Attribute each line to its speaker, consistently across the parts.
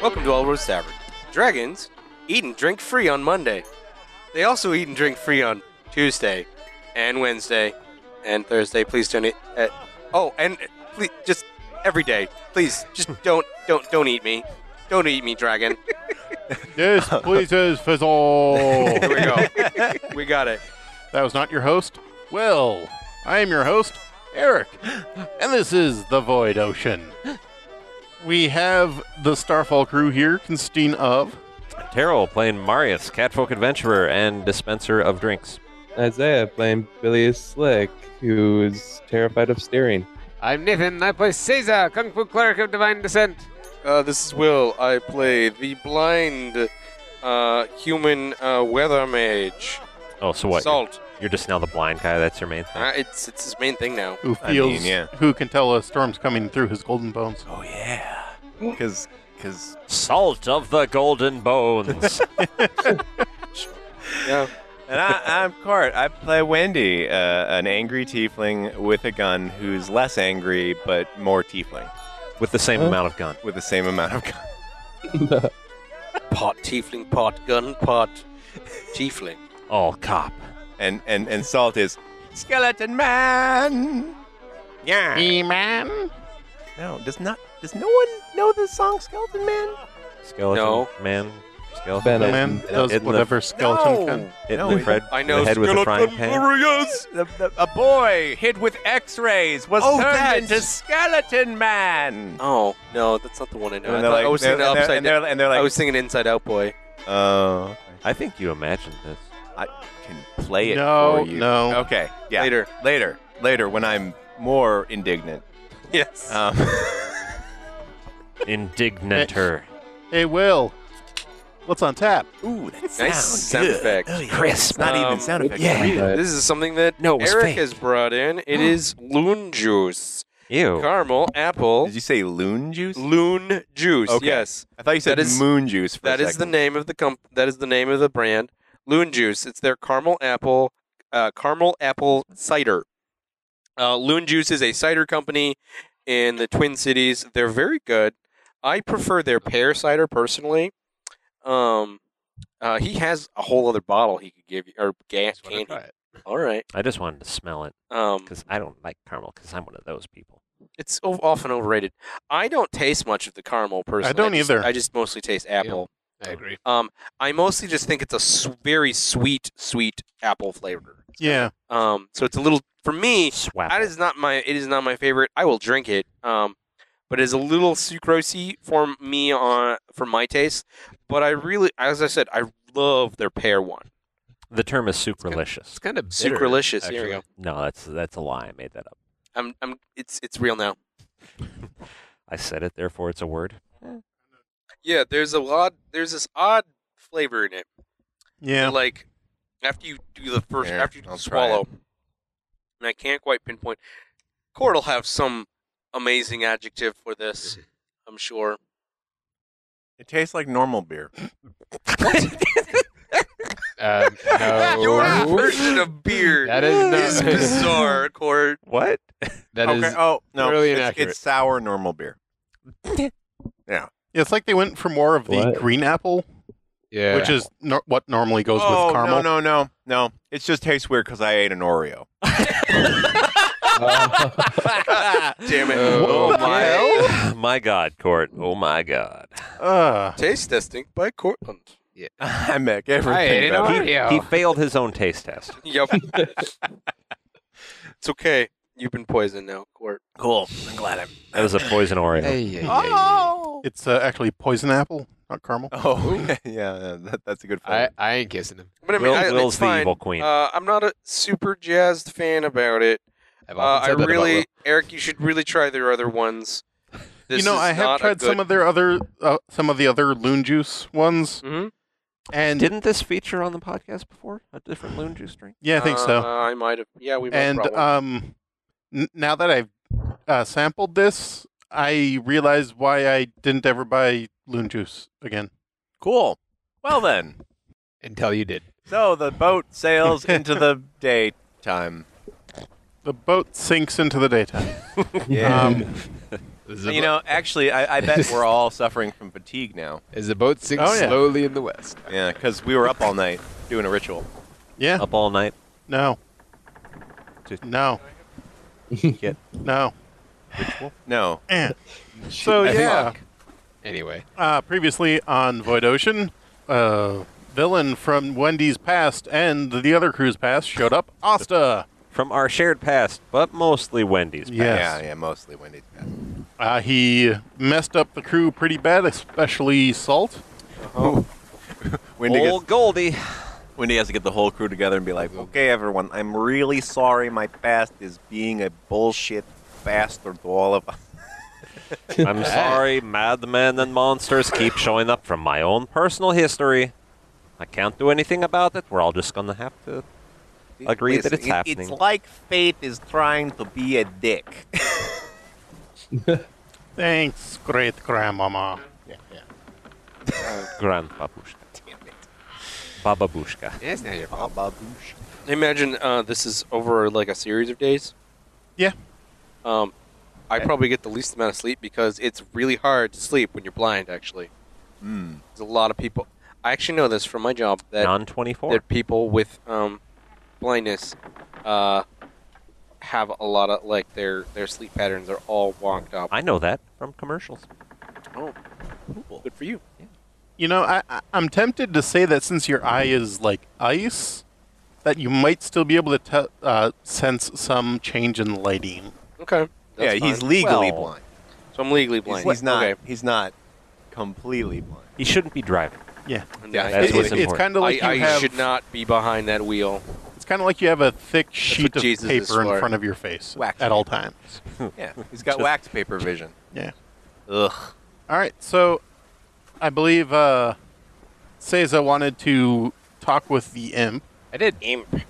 Speaker 1: Welcome to All Rose Tavern. Dragons eat and drink free on Monday. They also eat and drink free on Tuesday and Wednesday and Thursday. Please donate. At, oh, and uh, please just every day. Please just don't don't don't eat me. Don't eat me, dragon.
Speaker 2: Yes, pleases fizzle.
Speaker 1: Here we go. we got it.
Speaker 2: That was not your host? Well, I am your host, Eric. And this is The Void Ocean. We have the Starfall crew here, consisting of.
Speaker 3: Terrell playing Marius, Catfolk Adventurer, and Dispenser of Drinks.
Speaker 4: Isaiah playing Billy is Slick, who's terrified of steering.
Speaker 5: I'm Nathan. I play Caesar, Kung Fu Cleric of Divine Descent.
Speaker 1: Uh, this is Will. I play the blind uh, human uh, weather mage.
Speaker 3: Oh, so what?
Speaker 1: Salt.
Speaker 3: You're just now the blind guy. That's your main thing.
Speaker 1: Uh, it's it's his main thing now.
Speaker 2: Who
Speaker 6: I mean,
Speaker 2: feels,
Speaker 6: yeah.
Speaker 2: who can tell a storm's coming through his golden bones?
Speaker 6: Oh yeah, because because
Speaker 3: Salt of the Golden Bones.
Speaker 1: Yeah.
Speaker 6: and I, I'm Cart. I play Wendy, uh, an angry tiefling with a gun who's less angry but more tiefling
Speaker 3: With the same amount of gun.
Speaker 6: with the same amount of gun.
Speaker 1: Pot tiefling, pot gun, pot tiefling.
Speaker 3: All Oh, cop.
Speaker 6: And and and Salt is skeleton man. Yeah.
Speaker 2: Hey, man.
Speaker 6: No, does not. Does no one know the song Skeleton Man?
Speaker 3: Skeleton
Speaker 1: No.
Speaker 3: man. Skeleton
Speaker 4: Ben,
Speaker 2: The
Speaker 3: man.
Speaker 2: man
Speaker 3: Isn't
Speaker 2: does
Speaker 3: the-
Speaker 2: whatever skeleton
Speaker 6: no.
Speaker 2: can.
Speaker 3: Hitting
Speaker 6: No,
Speaker 3: the, Fred,
Speaker 1: I know
Speaker 3: the head with a frying pan.
Speaker 6: warriors. The, the, a boy hit with X-rays was
Speaker 1: Oh,
Speaker 6: turned
Speaker 1: that.
Speaker 6: into Skeleton Man.
Speaker 1: Oh no, that's not the one I know. I, thought-
Speaker 6: And they're like,
Speaker 1: I was
Speaker 6: they're,
Speaker 1: thinking
Speaker 6: and they're,
Speaker 1: upside.
Speaker 6: and
Speaker 1: down.
Speaker 6: they're, and they're like,
Speaker 1: I was thinking Inside Out Boy.
Speaker 6: oh,
Speaker 3: I think you imagined this.
Speaker 6: I can play it
Speaker 2: No,
Speaker 6: for you.
Speaker 2: no.
Speaker 6: Okay. Yeah.
Speaker 1: Later.
Speaker 6: Later. Later when I'm more indignant.
Speaker 1: Yes.
Speaker 6: Um,
Speaker 3: Indignanter.
Speaker 2: Hey, Will. What's on tap?
Speaker 6: Ooh, that
Speaker 1: Nice sound
Speaker 6: good.
Speaker 1: effect.
Speaker 6: Oh, yeah.
Speaker 3: Crisp.
Speaker 6: Not
Speaker 1: Um,
Speaker 6: even sound effect.
Speaker 3: yeah.
Speaker 6: Real.
Speaker 4: But
Speaker 1: this is something that
Speaker 3: No, it was
Speaker 1: Eric
Speaker 3: fake.
Speaker 1: has brought in. It is loon juice,
Speaker 3: Ew.
Speaker 1: caramel, apple,
Speaker 6: Oh. Did you say loon juice?
Speaker 1: loon juice.
Speaker 6: Okay.
Speaker 1: Yes,
Speaker 6: I thought you said
Speaker 1: That is-
Speaker 6: moon juice for
Speaker 1: that
Speaker 6: a
Speaker 1: is the
Speaker 6: second.
Speaker 1: name of the comp- That is the name of the brand. Loon juice. It's their caramel apple, uh, caramel apple cider. Uh, loon juice is a cider company in the Twin Cities. They're very good. I prefer their pear cider personally. Um, uh, he has a whole other bottle he could give you or gas candy. All right.
Speaker 3: I just wanted to smell it
Speaker 1: Um,
Speaker 3: because I don't like caramel because I'm one of those people.
Speaker 1: It's o- often overrated. I don't taste much of the caramel personally.
Speaker 2: don't
Speaker 1: just-
Speaker 2: either.
Speaker 1: I just mostly taste apple.
Speaker 5: I agree.
Speaker 1: Um, I mostly just think it's a s- very sweet, sweet apple flavor.
Speaker 2: Yeah.
Speaker 1: Um, so it's a little for me.
Speaker 3: Swap.
Speaker 1: That is not my. It is not my favorite. I will drink it. Um, but it's a little sucrosy for me on for my taste. But I really, as I said, I love their pear one.
Speaker 3: The term is
Speaker 5: It's
Speaker 3: sucralicious.
Speaker 5: kind of bitter.
Speaker 1: Sucralicious. Here we go.
Speaker 5: actually.
Speaker 3: No, that's that's a lie. I made that up.
Speaker 1: I'm. I'm. It's. It's real now.
Speaker 3: I said it, therefore it's a word.
Speaker 1: Yeah. There's a lot. There's this odd flavor in it.
Speaker 2: Yeah.
Speaker 1: like after you do the first
Speaker 6: Here,
Speaker 1: after you
Speaker 6: I'll try
Speaker 1: swallow and i can't quite pinpoint court will have some amazing adjective for this i'm sure
Speaker 6: It tastes like normal beer.
Speaker 5: Um, no.
Speaker 1: your version of beer
Speaker 5: That is
Speaker 1: is
Speaker 5: not-
Speaker 1: bizarre court
Speaker 3: What?
Speaker 5: That is
Speaker 6: okay. Oh no,
Speaker 5: really
Speaker 6: it's,
Speaker 5: inaccurate.
Speaker 6: it's sour normal beer.
Speaker 2: It's like they went for more of the
Speaker 4: What?
Speaker 2: green apple,
Speaker 5: yeah.
Speaker 2: which is nor what normally goes
Speaker 6: oh
Speaker 2: with caramel.
Speaker 6: no, no, no, no. It just tastes weird because I ate an Oreo.
Speaker 1: damn it
Speaker 5: Oh,
Speaker 1: oh my
Speaker 3: my God, Court. Oh my God.
Speaker 2: Uh,
Speaker 1: taste testing by courtland
Speaker 6: I make everything.
Speaker 5: I ate an
Speaker 6: better.
Speaker 3: He,
Speaker 5: Oreo.
Speaker 3: he failed his own taste test.
Speaker 1: yep it's okay you've been poisoned now court
Speaker 6: Cool. I'm glad I'm.
Speaker 3: That was a poison Oreo.
Speaker 5: Ay, ay, ay, ay.
Speaker 6: Oh.
Speaker 2: it's uh, actually poison apple, not caramel.
Speaker 6: Oh yeah, yeah, that, that's a good.
Speaker 5: I,
Speaker 6: flavor.
Speaker 5: I ain't kissing him.
Speaker 1: but i mean
Speaker 3: Will,
Speaker 1: I,
Speaker 3: Will's
Speaker 1: it's
Speaker 3: the
Speaker 1: fine.
Speaker 3: evil queen.
Speaker 1: uh, i'm not a super jazzed fan about it
Speaker 5: I've
Speaker 1: Uh,
Speaker 5: often
Speaker 1: I
Speaker 5: said that about
Speaker 1: really,
Speaker 5: Will.
Speaker 1: Eric, you should really try their other ones. This
Speaker 2: you know,
Speaker 1: is
Speaker 2: I have
Speaker 1: not
Speaker 2: tried some of their other uh, some of the other loon juice ones,
Speaker 1: hmm
Speaker 2: and
Speaker 3: Didn't this feature on the podcast before? A different loon juice drink?
Speaker 2: yeah, I think so.
Speaker 1: Uh, I might have. Yeah, we might have
Speaker 2: And
Speaker 1: brought one.
Speaker 2: um, n- now that I've uh, sampled this, I realize why I didn't ever buy loon juice again.
Speaker 6: cool. Well then,
Speaker 5: Until you did.
Speaker 6: so the boat sails into the daytime.
Speaker 2: The boat sinks into the daytime.
Speaker 6: Yeah.
Speaker 2: Um,
Speaker 7: Is the,
Speaker 6: You
Speaker 7: bo-
Speaker 6: know, actually, I, I bet we're all suffering from fatigue now.
Speaker 7: as the boat sinks
Speaker 2: Oh, yeah.
Speaker 7: slowly in the west.
Speaker 6: Yeah, because we were up all night doing a ritual.
Speaker 2: Yeah.
Speaker 3: Up all night.
Speaker 2: No.
Speaker 3: Just-
Speaker 2: no.
Speaker 3: Get-
Speaker 2: No.
Speaker 6: No.
Speaker 2: Eh. So
Speaker 6: I think-
Speaker 2: yeah.
Speaker 7: Anyway,
Speaker 2: Uh, previously on Void Ocean, uh, villain from Wendy's past and the other crew's past showed up. Asta.
Speaker 3: From our shared past, but mostly Wendy's past.
Speaker 2: Yes.
Speaker 6: Yeah, yeah, mostly Wendy's past.
Speaker 2: Uh, he messed up the crew pretty bad, especially Salt.
Speaker 6: Wendy gets-
Speaker 3: Old Goldie.
Speaker 6: Wendy has to get the whole crew together and be like, okay, everyone, I'm really sorry my past is being a bullshit bastard to all of us.
Speaker 3: I'm sorry, madmen and monsters keep showing up from my own personal history. I can't do anything about it. We're all just gonna have to. Agree that it's
Speaker 6: it-
Speaker 3: happening.
Speaker 6: It's like fate is trying to be a dick.
Speaker 2: Thanks, great grandmama.
Speaker 3: Grandbabushka. Baba Bushka.
Speaker 5: Yes, now you're
Speaker 1: Imagine uh, this is over like a series of days.
Speaker 2: Yeah. Eh.
Speaker 1: Um, I probably get the least amount of sleep because it's really hard to sleep when you're blind. Actually,
Speaker 6: Hmm.
Speaker 1: there's a lot of people. I actually know this from my job that
Speaker 3: Non 24.
Speaker 1: that people with um, blindness uh, have a lot of like their their sleep patterns are all wonked up.
Speaker 3: I know that from commercials.
Speaker 1: Oh, good for you.
Speaker 2: You know, I, I, I'm tempted to say that since your eye is like ice, that you might still be able to te- uh, sense some change in lighting.
Speaker 1: Okay.
Speaker 6: yeah,
Speaker 1: that's
Speaker 6: he's
Speaker 1: fine.
Speaker 6: legally
Speaker 3: Well,
Speaker 6: blind.
Speaker 1: so I'm legally blind.
Speaker 6: He's, he's not.
Speaker 1: Okay.
Speaker 6: He's not completely blind.
Speaker 3: He shouldn't be driving.
Speaker 1: And
Speaker 2: Yeah,
Speaker 1: I-
Speaker 3: that's
Speaker 2: it-
Speaker 3: what's
Speaker 2: it- it's
Speaker 3: important.
Speaker 2: kind of like
Speaker 1: I, I
Speaker 2: you have.
Speaker 1: should not be behind that wheel.
Speaker 2: It's kind of like you have a thick sheet
Speaker 1: what
Speaker 2: of
Speaker 1: Jesus is
Speaker 2: paper in
Speaker 1: for.
Speaker 2: front of your face
Speaker 6: Wax
Speaker 2: at all times.
Speaker 6: Yeah, he's got wax paper vision.
Speaker 2: Yeah.
Speaker 6: Ugh.
Speaker 2: All right, so I believe uh, Seiza wanted to talk with the imp.
Speaker 5: I did.
Speaker 1: Imp.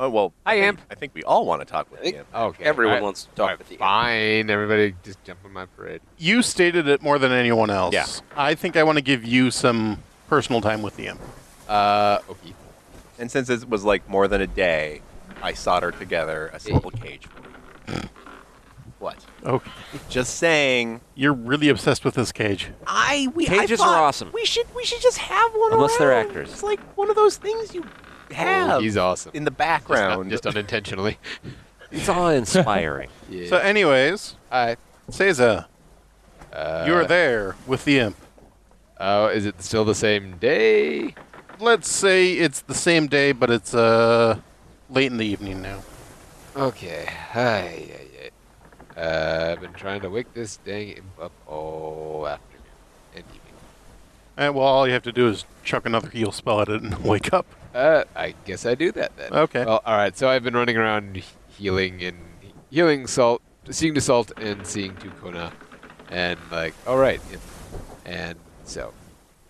Speaker 6: Oh well.
Speaker 5: Hi,
Speaker 6: think-
Speaker 5: Imp.
Speaker 6: I think we all want to talk with
Speaker 1: I think-
Speaker 6: him.
Speaker 5: Okay.
Speaker 1: Everyone
Speaker 5: all right,
Speaker 1: wants to
Speaker 5: all
Speaker 1: talk
Speaker 5: right,
Speaker 1: with the imp.
Speaker 5: Fine. Everybody just jump on my parade.
Speaker 2: You stated it more than anyone else.
Speaker 7: Yeah.
Speaker 2: I think I want to give you some personal time with the imp.
Speaker 7: uh, okay.
Speaker 6: And since it was like more than a day, I soldered together a simple cage for you. What?
Speaker 2: Okay.
Speaker 6: Just saying.
Speaker 2: You're really obsessed with this cage.
Speaker 6: I we I
Speaker 3: Cages are
Speaker 6: thought
Speaker 3: awesome.
Speaker 6: We should we should just have one.
Speaker 3: Unless they're
Speaker 6: around.
Speaker 3: actors.
Speaker 6: It's like one of those things you
Speaker 7: Oh,
Speaker 6: have
Speaker 7: he's awesome.
Speaker 6: in the
Speaker 7: Just, not-
Speaker 6: background.
Speaker 7: just unintentionally.
Speaker 3: It's all inspiring.
Speaker 7: Yeah.
Speaker 2: So, anyways,
Speaker 7: Hi.
Speaker 2: Seiza,
Speaker 7: Uh,
Speaker 2: you were there with the imp.
Speaker 7: Oh, is it still the same day?
Speaker 2: Let's say it's the same day, but it's uh, late in the evening now.
Speaker 7: Okay. Hi. Yeah, yeah. Uh, I've been trying to wake this dang imp up all afternoon and evening.
Speaker 2: And Eh, well, all you have to do is chuck another heal spell at it and wake up.
Speaker 7: Uh, I guess I do that then.
Speaker 2: Okay.
Speaker 7: Well, all right. So I've been running around healing and healing salt, seeing to salt and seeing to Kona, and like, all right, yeah. and so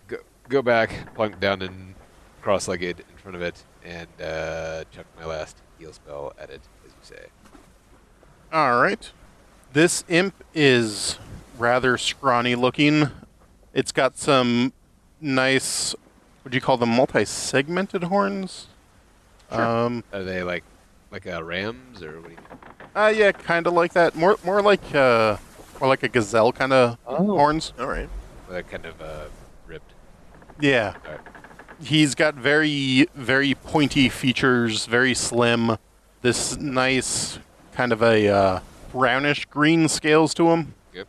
Speaker 7: go go back, plunk down and cross-legged in front of it, and uh, chuck my last heal spell at it, as you say.
Speaker 2: All right. This imp is rather scrawny looking. It's got some nice, what do you call them, multi-segmented horns? Um,
Speaker 7: Are they like like a ram's or what? Do you mean?
Speaker 2: uh, yeah, kind of like that. More, more like, uh, more like a gazelle kind of horns.
Speaker 6: Oh. all right.
Speaker 7: They're kind of uh, ripped.
Speaker 2: Yeah.
Speaker 7: Alright.
Speaker 2: He's got very, very pointy features, very slim. This nice kind of a uh, brownish green scales to him.
Speaker 7: Yep.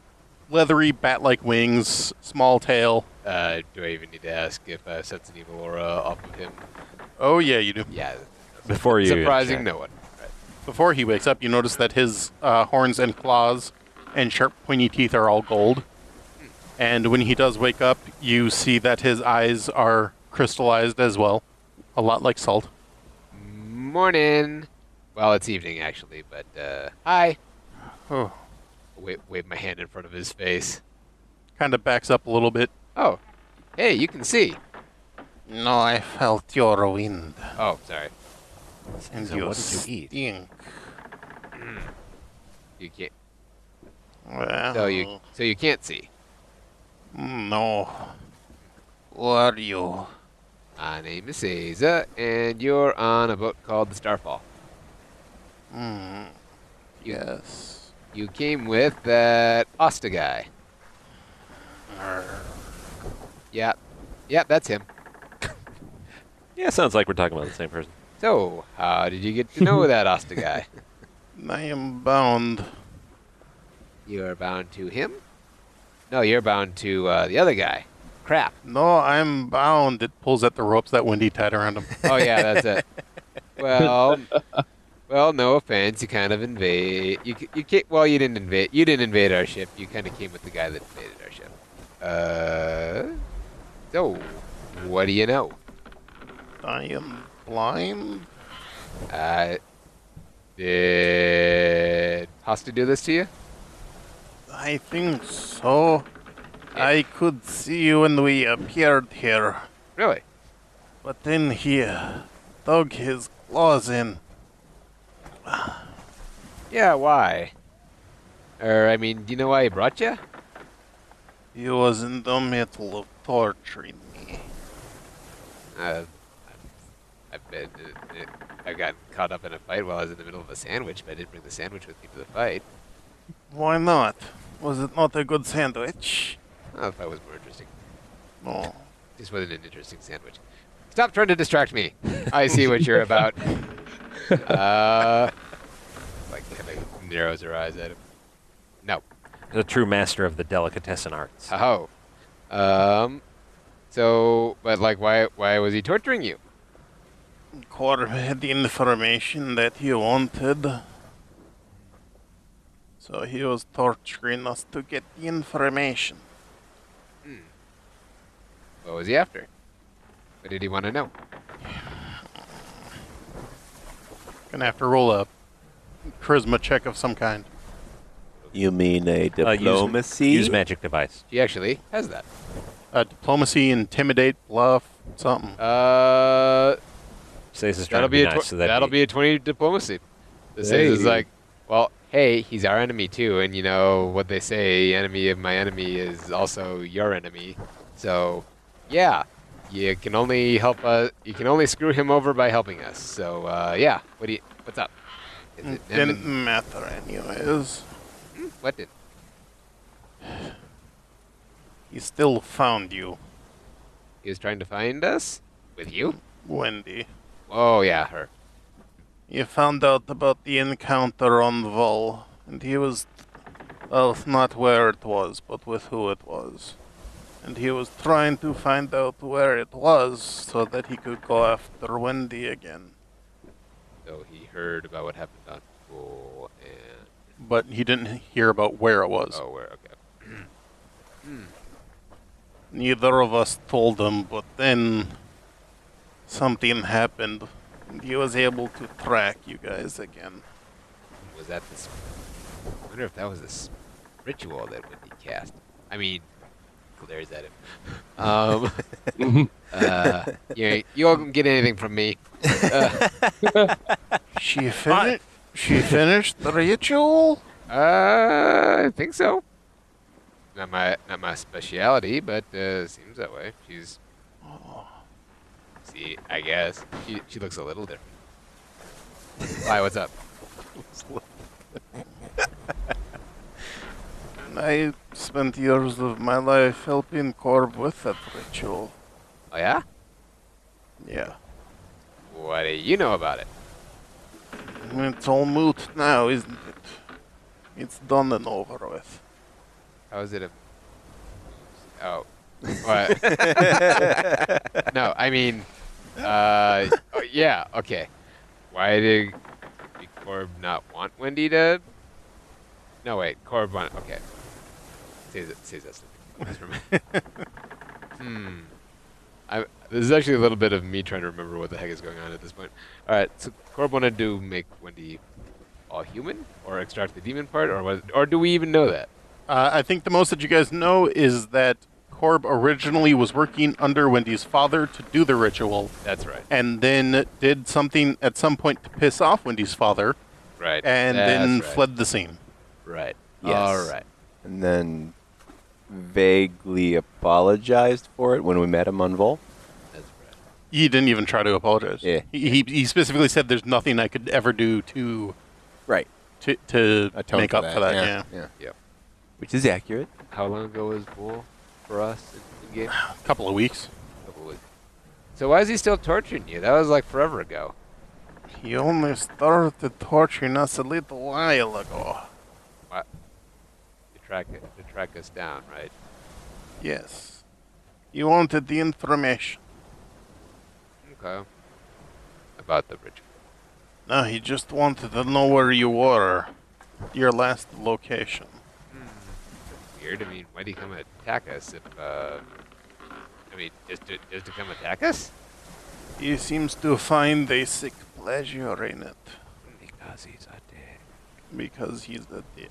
Speaker 2: Leathery bat like wings, small tail.
Speaker 7: Uh, do I even need to ask if I sense an evil aura off of him?
Speaker 2: Oh, yeah, you do.
Speaker 7: Yeah.
Speaker 3: Before you.
Speaker 7: Surprising
Speaker 3: check.
Speaker 7: no one. Right.
Speaker 2: Before he wakes up, you notice that his uh, horns and claws and sharp, pointy teeth are all gold. And when he does wake up, you see that his eyes are crystallized as well, a lot like salt.
Speaker 7: Morning. Well, it's evening actually, but uh, hi.
Speaker 2: Oh.
Speaker 7: Wave, wave my hand in front of his face.
Speaker 2: Kind of backs up a little bit.
Speaker 7: Oh, hey, you can see.
Speaker 2: No, I felt your wind.
Speaker 7: Oh, sorry,
Speaker 2: And
Speaker 3: So what did you eat?
Speaker 2: stink.
Speaker 7: you can't.
Speaker 2: Well, mm,
Speaker 7: So you, so you can't see.
Speaker 2: No. Who are you?
Speaker 7: My name is Seiza, and you're on a boat called the Starfall.
Speaker 2: Hmm. Mm, Yes.
Speaker 7: You came with that Osta guy. Yeah. Yeah, that's him.
Speaker 3: Yeah, sounds like we're talking about the same person.
Speaker 7: So, how did you get to know that Osta guy?
Speaker 2: I am bound.
Speaker 7: You're bound to him? No, you're bound to uh, the other guy. Crap.
Speaker 2: No, I'm bound. It pulls at the ropes that Wendy tied around him.
Speaker 7: Oh yeah, that's it. Well, well, no offense, you kind of invade. You c- you ca well, you didn't invade. You didn't invade our ship. You kind of came with the guy that invaded our ship. Uh, so what do you know?
Speaker 2: I am blind.
Speaker 7: Uh, did Hosta do this to you?
Speaker 2: I think so. I could see you when we appeared here,
Speaker 7: Really?
Speaker 2: but then he uh, dug his claws in.
Speaker 7: Yeah. Why? Or I mean, do you know why he brought you?
Speaker 2: He was in the middle of torturing me.
Speaker 7: Uh, I've been, uh, uh, I got caught up in a fight while I was in the middle of a sandwich, but I didn't bring the sandwich with me to the fight.
Speaker 2: Why not? Was it not a good sandwich?
Speaker 7: Oh, the fight was more interesting.
Speaker 2: No.
Speaker 7: This wasn't an interesting sandwich. Stop trying to distract me. I see what you're about. Uh, like kind of narrows her eyes at him. No.
Speaker 3: The true master of the delicatessen arts.
Speaker 7: Oh. Um. So, but like, why? Why was he torturing you?
Speaker 2: Corb had the information that he wanted. So he was torturing us to get the information.
Speaker 7: What was he after? What did he want to know?
Speaker 2: Gonna have to roll a charisma check of some kind.
Speaker 6: You mean
Speaker 3: Uh,
Speaker 6: a
Speaker 3: use-
Speaker 6: diplomacy?
Speaker 3: Use, magic device.
Speaker 7: She actually has that.
Speaker 2: Uh, diplomacy, intimidate, bluff, something.
Speaker 7: Uh,
Speaker 3: Says is trying
Speaker 7: that'll
Speaker 3: to be,
Speaker 7: be, a
Speaker 3: nice.
Speaker 7: tw-
Speaker 3: so that'd
Speaker 7: that'll be a twenty diplomacy. This is
Speaker 4: Hey.
Speaker 7: like, well, hey, he's our enemy too, and you know what they say: enemy of my enemy is also your enemy. So, yeah, you can only help us. You can only screw him over by helping us. So, uh, yeah, what do you? What's up? Is it
Speaker 2: It
Speaker 7: him
Speaker 2: didn't matter, anyways.
Speaker 7: and- what did?
Speaker 2: He still found you,
Speaker 7: He was trying to find us with you.
Speaker 2: Wendy.
Speaker 7: Oh yeah, her.
Speaker 2: You found out about the encounter on Vol, and he was, well, not where it was, but with who it was. And he was trying to find out where it was so that he could go after Wendy again.
Speaker 7: So he heard about what happened on school and.
Speaker 2: But he didn't hear about where it was.
Speaker 7: Oh, where? Okay.
Speaker 2: Neither of us told him, but then something happened. And he was able to track you guys again.
Speaker 7: Was that this? I wonder if that was this ritual that Wendy cast. I mean, glares at him. Um, uh, you, you won't get anything from me. Uh,
Speaker 2: She finished. She finished the ritual.
Speaker 7: Uh, I think so. Not my not my speciality, but uh, seems that way. She's. See, I guess she she looks a little different. Hi, what's up?
Speaker 2: I spent years of my life helping Corb with that ritual.
Speaker 7: Oh yeah,
Speaker 2: Yeah,
Speaker 7: what do you know about it?
Speaker 2: it's all moot now, isn't it? It's done and over with.
Speaker 7: How is it a? Oh, what? no, I mean, uh, oh, yeah, okay. Why did did Corb not want Wendy to? No, wait, Corb want. Okay, says that. Says that's the Hmm. I, this is actually a little bit of me trying to remember what the heck is going on at this point. All right, so Corb wanted to make Wendy all human, or extract the demon part, or was, or do we even know that?
Speaker 2: Uh, I think the most that you guys know is that Corb originally was working under Wendy's father to do the ritual,
Speaker 7: That's right.
Speaker 2: and then did something at some point to piss off Wendy's father,
Speaker 7: Right.
Speaker 2: and
Speaker 7: That's
Speaker 2: then
Speaker 7: right.
Speaker 2: fled the scene.
Speaker 7: Right.
Speaker 6: Yes.
Speaker 7: All right.
Speaker 6: and then vaguely apologized for it when we met him on Vol.
Speaker 7: That's right.
Speaker 2: He didn't even try to apologize.
Speaker 6: Yeah.
Speaker 2: He, he, he specifically said, "There's nothing I could ever do to
Speaker 6: Right.
Speaker 2: to, to
Speaker 8: atone
Speaker 2: make
Speaker 8: for
Speaker 2: up
Speaker 8: that.
Speaker 2: for that.
Speaker 8: Yeah,
Speaker 2: Yeah.
Speaker 8: yeah.
Speaker 6: which is accurate.
Speaker 7: How long ago was Bull for us in, in game?
Speaker 2: a couple of weeks.
Speaker 7: Couple weeks. So why is he still torturing you? That was like forever ago.
Speaker 2: He only started torturing us a little while ago.
Speaker 7: To track it, to track us down, right?
Speaker 2: Yes. He wanted the information.
Speaker 7: Okay. About the ritual.
Speaker 2: No, he just wanted to know where you were, your last location.
Speaker 7: Weird. I mean, why'd he come attack us? If uh, I mean, just to, just to come attack us?
Speaker 2: He seems to find a sick pleasure in it
Speaker 7: Because he's a dick.
Speaker 2: because he's a dick.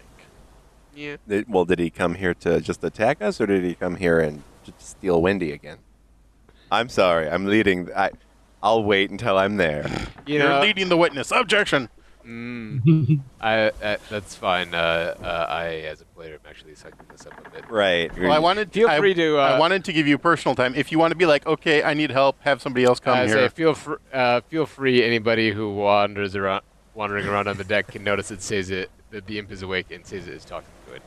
Speaker 7: Yeah.
Speaker 6: Th- Well, did he come here to just attack us, or did he come here and just steal Wendy again? I'm sorry, I'm leading. I, I'll wait until I'm there.
Speaker 7: You
Speaker 2: You're
Speaker 7: know,
Speaker 2: leading the witness. Objection.
Speaker 7: mm, I, uh, that's fine. Uh, uh, I, as a player, am actually sucking this up a bit.
Speaker 6: Right.
Speaker 2: Well, I wanted
Speaker 7: Feel
Speaker 2: I-
Speaker 7: free to. Uh,
Speaker 2: I wanted to give you personal time. If you want to be like, okay, I need help, have somebody else come
Speaker 7: I
Speaker 2: here.
Speaker 7: say, feel fr- uh, feel free. Anybody who wanders around, wandering around on the deck can notice it says it that the imp is awake and says it is talking to it.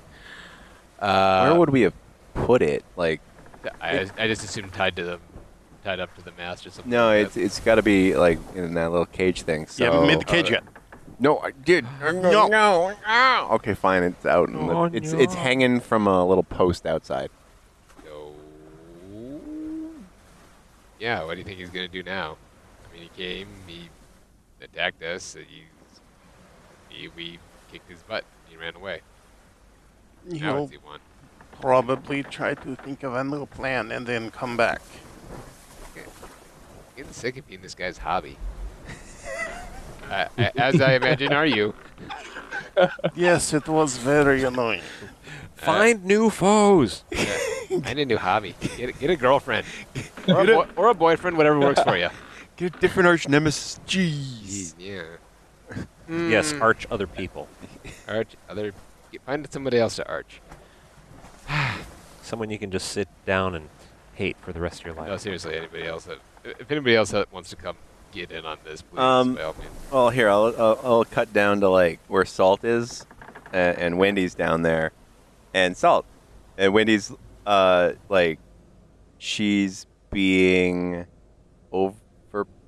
Speaker 7: Uh,
Speaker 6: Where would we have put it? Like,
Speaker 7: I, I just assume tied to them, tied up to the mast or something.
Speaker 6: no,
Speaker 7: like
Speaker 6: it's
Speaker 7: that.
Speaker 6: it's got to be like in that little cage thing. So uh,
Speaker 2: you haven't made the cage yet.
Speaker 6: No, I did. No, no. Ah. Okay, fine. It's out. In the,
Speaker 3: Oh,
Speaker 6: it's
Speaker 3: no.
Speaker 6: it's hanging from a little post outside.
Speaker 7: So, yeah, what do you think he's gonna do now? I mean, he came, he attacked us, he, he we kicked his butt, he ran away. Now
Speaker 2: He'll
Speaker 7: what's he want?
Speaker 2: probably try to think of a new plan and then come back.
Speaker 7: Getting sick of being this guy's hobby. uh, a- as I imagine, are you?
Speaker 2: yes, it was very annoying.
Speaker 3: Find new foes.
Speaker 7: I need a new hobby. Get a, get a girlfriend. Or a, boy or a boyfriend, whatever works for you.
Speaker 6: Get a different arch nemesis. Jeez.
Speaker 7: Yeah.
Speaker 3: Yes, arch other people.
Speaker 7: Arch, other, get- find somebody else to arch.
Speaker 3: Someone you can just sit down and hate for the rest of your life.
Speaker 7: No, seriously, anybody else that, if anybody else that wants to come get in on this, please,
Speaker 6: Um,
Speaker 7: by all means.
Speaker 6: Well, here I'll, I'll I'll cut down to like where Salt is, and, and Wendy's down there, and Salt, and Wendy's uh like, she's being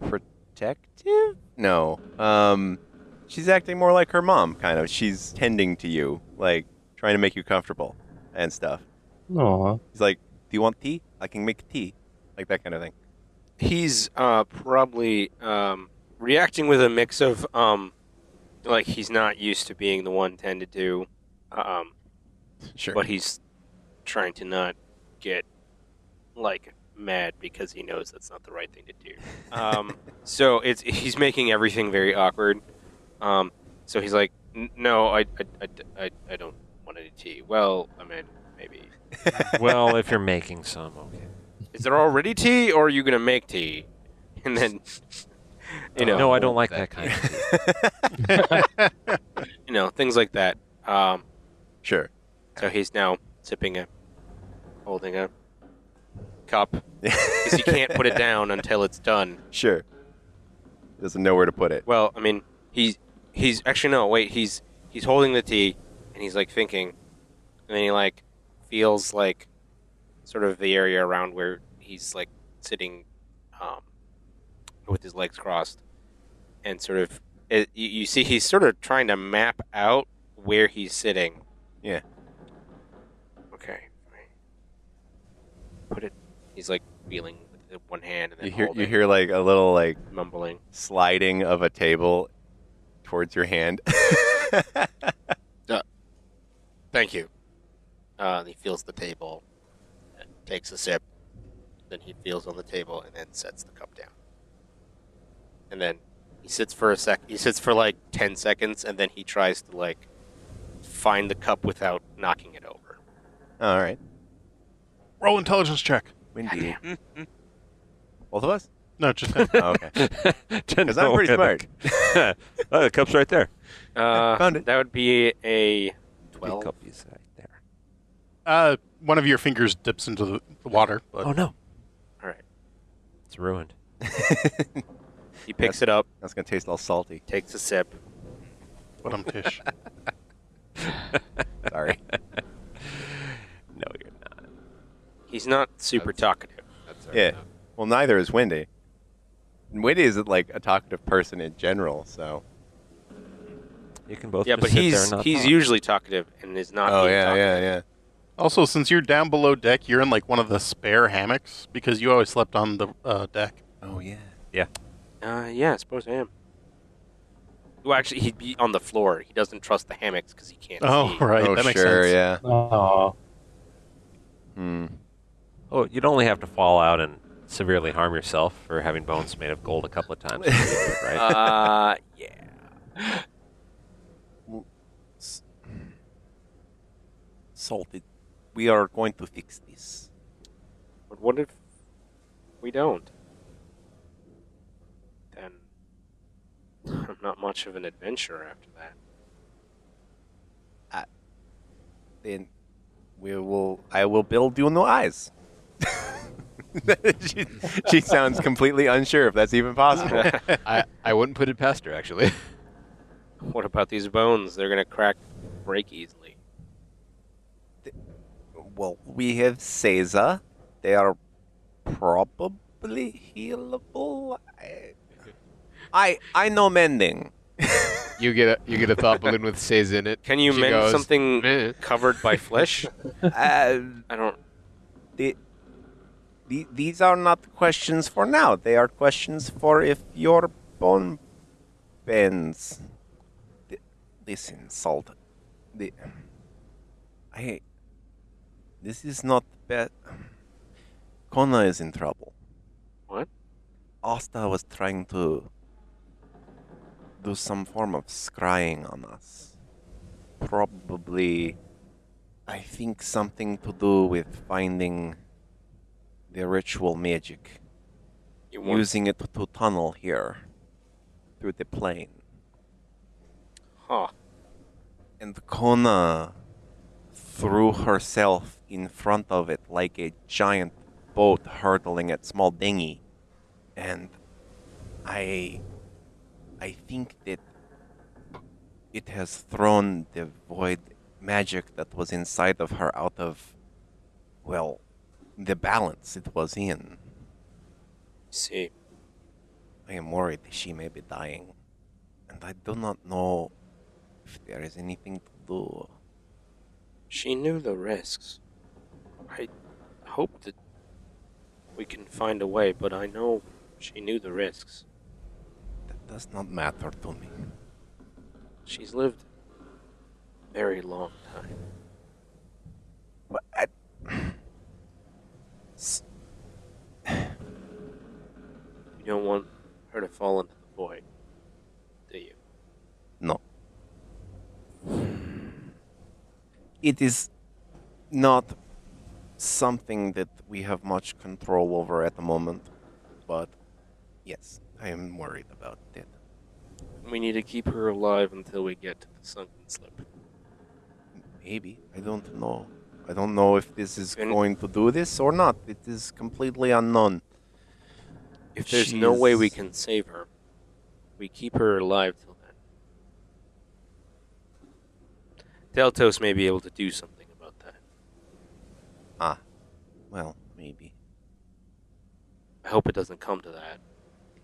Speaker 6: overprotective. No, um, she's acting more like her mom, kind of. She's tending to you, like trying to make you comfortable and stuff.
Speaker 4: Aw.
Speaker 6: He's like, "Do you want tea? I can make tea," like that kind of thing.
Speaker 1: he's uh, probably um, reacting with a mix of um, like he's not used to being the one tended to, um,
Speaker 8: Sure.
Speaker 1: but he's trying to not get like mad because he knows that's not the right thing to do. Um, so it's he's making everything very awkward. Um, so he's like, "N- "No, I, I, I, I, I don't want any tea." Well, I mean, maybe.
Speaker 3: well, if you're making some, okay.
Speaker 1: Is there already tea, or are you gonna make tea? And then, you know,
Speaker 3: no, I don't like that kind. of
Speaker 1: you know, things like that. Um,
Speaker 6: Sure.
Speaker 1: so he's now sipping a, holding a cup because he can't put it down until it's done.
Speaker 6: Sure. Doesn't know where to put it.
Speaker 1: Well, I mean, he's he's actually no, wait, he's he's holding the tea and he's like thinking, and then he like feels like sort of the area around where he's like sitting, um, with his legs crossed, and sort of it, you, you see he's sort of trying to map out where he's sitting.
Speaker 6: Yeah.
Speaker 1: Okay. Put it. He's like feeling with the one hand and then
Speaker 6: You hear you
Speaker 1: holding,
Speaker 6: hear like a little like
Speaker 1: mumbling.
Speaker 6: sliding of a table towards your hand.
Speaker 1: Thank you. Uh, he feels the table, takes a sip, then he feels on the table, and then sets the cup down. And then he sits for a sec. He sits for like ten seconds, and then he tries to like find the cup without knocking it over.
Speaker 6: All right.
Speaker 2: Roll intelligence check.
Speaker 6: Windy. Both of us?
Speaker 2: No, just him.
Speaker 6: Oh, okay.
Speaker 3: thing. To
Speaker 6: Because I'm
Speaker 3: know
Speaker 6: pretty
Speaker 3: where
Speaker 6: smart.
Speaker 3: the- oh, the cup's right there.
Speaker 1: Uh,
Speaker 6: Found it.
Speaker 1: That would be a
Speaker 3: The
Speaker 1: twelve.
Speaker 3: cup is right there.
Speaker 2: uh, one of your fingers dips into the, the water, but
Speaker 3: Oh no.
Speaker 1: All right.
Speaker 3: It's ruined.
Speaker 1: He picks it up,
Speaker 6: That's gonna taste all salty.
Speaker 1: takes a sip,
Speaker 2: But I'm Tish.
Speaker 6: Sorry.
Speaker 3: No, you're not.
Speaker 1: He's not super talkative.
Speaker 7: That's all right.
Speaker 6: yeah. Well, neither is Wendy. And Wendy is like a talkative person in general, so.
Speaker 3: You can both.
Speaker 1: Yeah,
Speaker 3: just
Speaker 1: but
Speaker 3: sit there
Speaker 1: he's
Speaker 3: and not
Speaker 1: he's
Speaker 3: talk.
Speaker 1: usually talkative and is not. being talkative.
Speaker 6: Oh, yeah.
Speaker 2: Also, since you're down below deck, you're in like one of the spare hammocks because you always slept on the uh, deck.
Speaker 6: Oh yeah.
Speaker 1: Uh, yeah, I suppose I am. Well, actually, he'd be on the floor. He doesn't trust the hammocks because he can't
Speaker 2: Oh,
Speaker 1: see.
Speaker 2: right.
Speaker 6: oh
Speaker 2: that makes
Speaker 6: sure,
Speaker 2: sense.
Speaker 6: yeah.
Speaker 4: Aw.
Speaker 6: Hmm.
Speaker 3: Oh, you'd only have to fall out and severely harm yourself for having bones made of gold a couple of times, before you do it, right?
Speaker 1: Uh, yeah.
Speaker 6: Salted. We are going to fix this.
Speaker 1: But what if we don't? Then I'm not much of an adventurer after that.
Speaker 6: Then we will. I will build you new eyes. she, she sounds completely unsure if that's even possible.
Speaker 7: I, I wouldn't put it past her, actually.
Speaker 1: What about these bones? They're gonna crack, break easily.
Speaker 6: well, we have Caesar. They are probably healable. I, I, I know mending.
Speaker 7: You get a you get a thought balloon with says in it.
Speaker 1: Can you
Speaker 7: She
Speaker 1: mend
Speaker 7: goes,
Speaker 1: something
Speaker 7: "Meh."
Speaker 1: covered by flesh?
Speaker 6: uh,
Speaker 1: I don't.
Speaker 6: the, these are not questions for now. They are questions for if your bone bends. Th- Listen, Salt. The, I. This is not bad. Kona is in trouble.
Speaker 1: What?
Speaker 6: Asta was trying to do some form of scrying on us. Probably, I think something to do with finding the ritual magic,
Speaker 1: You want-
Speaker 6: using it to tunnel here through the plane.
Speaker 1: Huh.
Speaker 6: And Kona threw herself in front of it like a giant boat hurtling at small dinghy. And I I think that it has thrown the void magic that was inside of her out of well the balance it was in.
Speaker 1: See.
Speaker 6: I am worried she may be dying, and I do not know if there is anything to do.
Speaker 1: She knew the risks. I hope that we can find a way, but I know she knew the risks.
Speaker 6: That does not matter to me.
Speaker 1: She's lived a very long time.
Speaker 6: But I... S-
Speaker 1: You don't want her to fall into the void, do you?
Speaker 6: No. It is not something that we have much control over at the moment, but yes, I am worried about it.
Speaker 1: We need to keep her alive until we get to the sunken slip.
Speaker 6: Maybe. I don't know. I don't know if this is
Speaker 1: And-
Speaker 6: going to do this or not. It is completely unknown.
Speaker 1: If there's no
Speaker 6: She's-
Speaker 1: way we can save her, we keep her alive till then. Deltos may be able to do something about that.
Speaker 6: Well, maybe.
Speaker 1: I hope it doesn't come to that.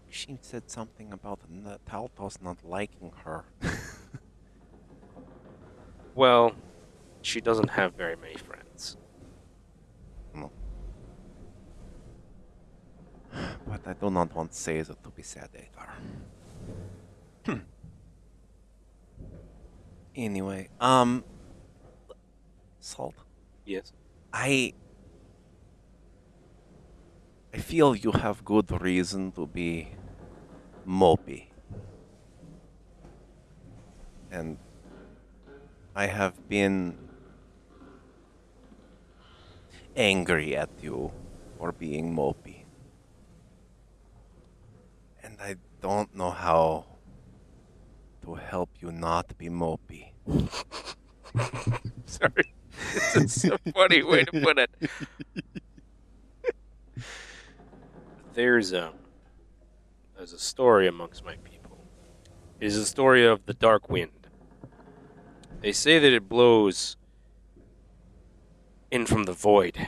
Speaker 6: She said something about n- Taltos not liking her.
Speaker 1: Well, she doesn't have very many friends.
Speaker 6: but I do not want Caesar to be sad either. Hmm. anyway, um. Salt,
Speaker 1: Yes.
Speaker 6: I. I feel you have good reason to be mopey. And I have been angry at you for being mopey. And I don't know how to help you not be mopey.
Speaker 1: Sorry. It's a funny way to put it. There's a there's a story amongst my people. It is a story of the dark wind. They say that it blows in from the void.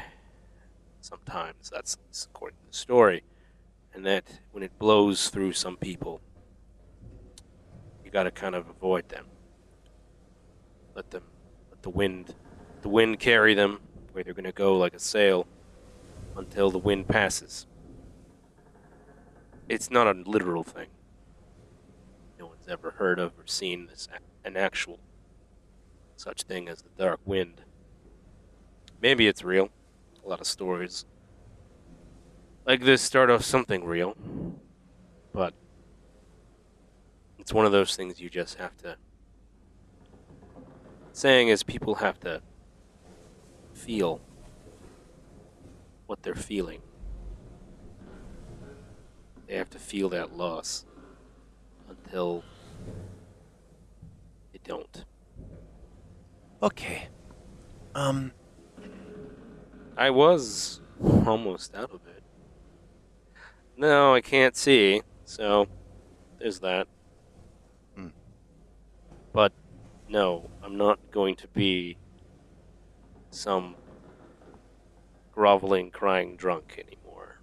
Speaker 1: Sometimes that's according to the story, and that when it blows through some people, you got to kind of avoid them. Let them, let the wind, the wind carry them where they're going to go like a sail, until the wind passes. It's not a literal thing no one's ever heard of or seen this, an actual such thing as the dark wind. Maybe it's real. A lot of stories like this start off something real, but it's one of those things you just have to. Saying is, people have to feel what they're feeling. They have to feel that loss until they don't.
Speaker 6: Okay. Um.
Speaker 1: I was almost out of it. No, I can't see, so there's that.
Speaker 6: Hmm.
Speaker 1: But no, I'm not going to be some groveling, crying drunk anymore.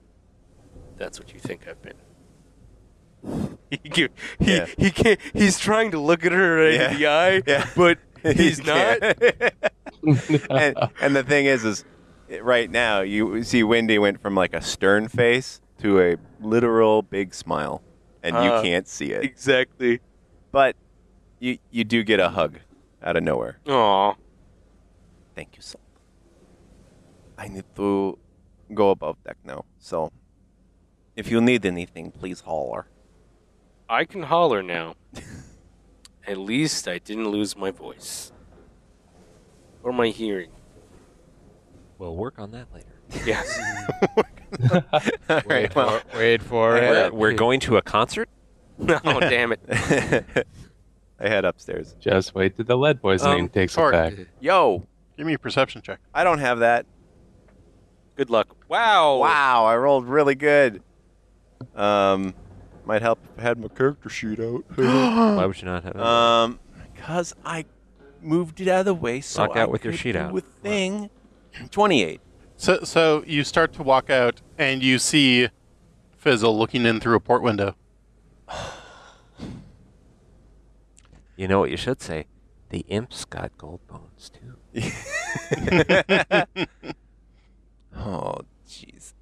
Speaker 1: That's what you think I've been. He, gi- he,
Speaker 6: Yeah.
Speaker 1: he can't. He's trying to look at her right
Speaker 6: Yeah.
Speaker 1: in the eye,
Speaker 6: Yeah.
Speaker 1: but he's not.
Speaker 6: and, and the thing is, is it- right now you see Wendy went from like a stern face to a literal big smile, and
Speaker 1: Uh,
Speaker 6: you can't see it.
Speaker 1: Exactly.
Speaker 6: But you you do get a hug out of nowhere.
Speaker 1: Aw.
Speaker 6: Thank you, Salt. I need to go above deck now, so if you need anything, please holler.
Speaker 1: I can holler now. At least I didn't lose my voice or my hearing.
Speaker 3: We'll work on that later.
Speaker 1: Yes.
Speaker 6: All right,
Speaker 7: Wait,
Speaker 6: well,
Speaker 7: for, wait
Speaker 6: I
Speaker 7: for
Speaker 3: We're,
Speaker 7: it.
Speaker 6: had-
Speaker 3: we're going to a concert?
Speaker 1: no, damn it.
Speaker 6: I head upstairs.
Speaker 4: Just wait till the lead poisoning
Speaker 6: Um,
Speaker 4: takes
Speaker 2: sorry.
Speaker 4: effect.
Speaker 6: Yo,
Speaker 2: Give me a perception check.
Speaker 6: I don't have that.
Speaker 1: Good luck.
Speaker 3: Oh.
Speaker 1: Wow.
Speaker 6: Wow, I rolled really good. Um, might help if I had my character sheet out.
Speaker 3: Why would you not have it?
Speaker 6: um, because I moved it out of the way, so
Speaker 3: Walk
Speaker 6: I
Speaker 3: out with your
Speaker 6: could
Speaker 3: sheet
Speaker 6: do
Speaker 3: out.
Speaker 6: a thing. Twenty-eight.
Speaker 2: So, so you start to walk out, and you see Fizzle looking in through a port window.
Speaker 3: you know what you should say? The imp's got gold bones, too.
Speaker 6: Oh, jeez.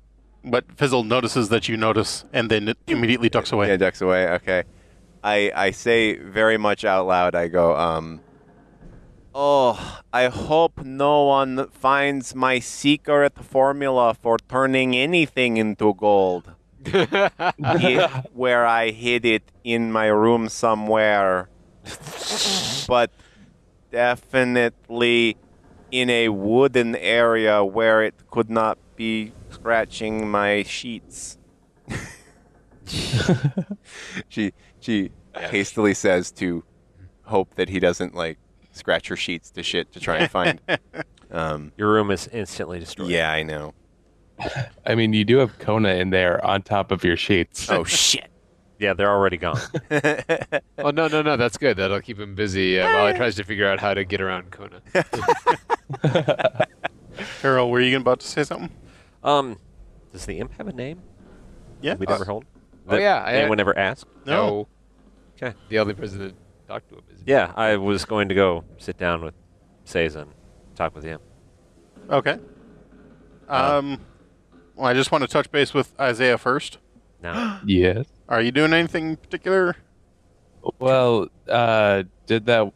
Speaker 2: But Fizzle notices that you notice, and then it immediately ducks away.
Speaker 6: Yeah, ducks away. Okay. I I say very much out loud. I go, um, oh, I hope no one finds my secret formula for turning anything into gold. Yeah, where I hid it in my room somewhere, but definitely in a wooden area where it could not be scratching my sheets. she she hastily says to hope that he doesn't like scratch her sheets to shit to try and find. um,
Speaker 3: Your room is instantly destroyed.
Speaker 6: yeah, I know.
Speaker 4: I mean, you do have Kona in there on top of your sheets.
Speaker 6: Oh shit.
Speaker 3: Yeah, they're already gone.
Speaker 7: oh no, no, no. That's good. That'll keep him busy uh, while he tries to figure out how to get around Kona.
Speaker 2: Carol, were you about to say something?
Speaker 3: um, does the imp have a name?
Speaker 2: Yeah.
Speaker 3: We never hold.
Speaker 7: oh, yeah, I-
Speaker 3: Anyone ever asked?
Speaker 2: Uh, no.
Speaker 3: Okay.
Speaker 7: The only person that talked to him is
Speaker 3: Yeah, I was going to go sit down with Sazen, talk with him.
Speaker 2: Okay. Um, well, I just want to touch base with Isaiah first.
Speaker 3: Now,
Speaker 4: yes.
Speaker 2: Are you doing anything in particular?
Speaker 4: Well, uh, did that?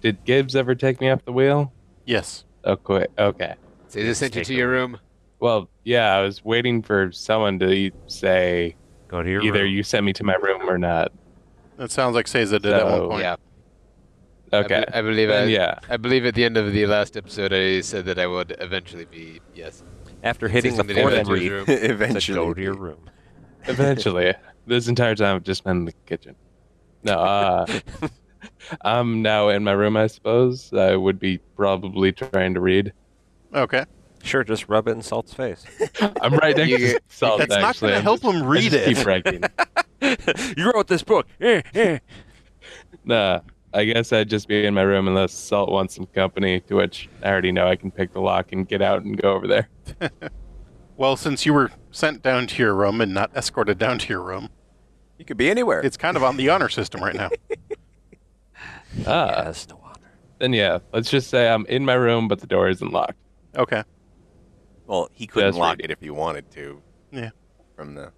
Speaker 4: Did Gibbs ever take me off the wheel?
Speaker 2: Yes.
Speaker 4: Okay. Okay.
Speaker 7: They just sent you
Speaker 3: Take
Speaker 7: to your room.
Speaker 4: Well, yeah, I was waiting for someone to e- say
Speaker 3: go to your
Speaker 4: either
Speaker 3: room.
Speaker 4: you sent me to my room or not.
Speaker 2: That sounds like Seiza did at one
Speaker 4: So-
Speaker 2: point.
Speaker 7: Yeah.
Speaker 4: Okay.
Speaker 7: I, be- I believe. I,
Speaker 4: Then, yeah.
Speaker 7: I believe at the end of the last episode, I said that I would eventually be yes.
Speaker 3: After hitting the
Speaker 7: Sazen didn't
Speaker 3: fourth
Speaker 7: go to his
Speaker 3: reef,
Speaker 7: room.
Speaker 3: to
Speaker 6: Eventually.
Speaker 3: go to your room.
Speaker 4: Eventually, this entire time I've just been in the kitchen. No, uh, I'm now in my room. I suppose I would be probably trying to read.
Speaker 2: Okay.
Speaker 3: Sure, just rub it in Salt's face.
Speaker 4: I'm right next
Speaker 7: You-
Speaker 4: to salt.
Speaker 2: That's not
Speaker 4: actually.
Speaker 2: going to
Speaker 4: I'm
Speaker 2: help
Speaker 4: just-
Speaker 2: him
Speaker 4: I
Speaker 2: read
Speaker 4: just
Speaker 2: it.
Speaker 4: Keep writing.
Speaker 3: Uh,
Speaker 7: Uh,
Speaker 3: you wrote this book. Eh, eh.
Speaker 4: Nah, I guess I'd just be in my room unless Salt wants some company, to which I already know I can pick the lock and get out and go over there.
Speaker 2: Well, since you were sent down to your room and not escorted down to your room,
Speaker 6: You could be anywhere.
Speaker 2: it's kind of on the honor system right now.
Speaker 4: Ah,
Speaker 3: Yes, no honor.
Speaker 4: then yeah, let's just say I'm in my room, but the door isn't locked.
Speaker 2: Okay.
Speaker 6: well, he couldn't
Speaker 4: That's
Speaker 6: lock
Speaker 4: right.
Speaker 6: it if he wanted to.
Speaker 2: Yeah.
Speaker 6: From the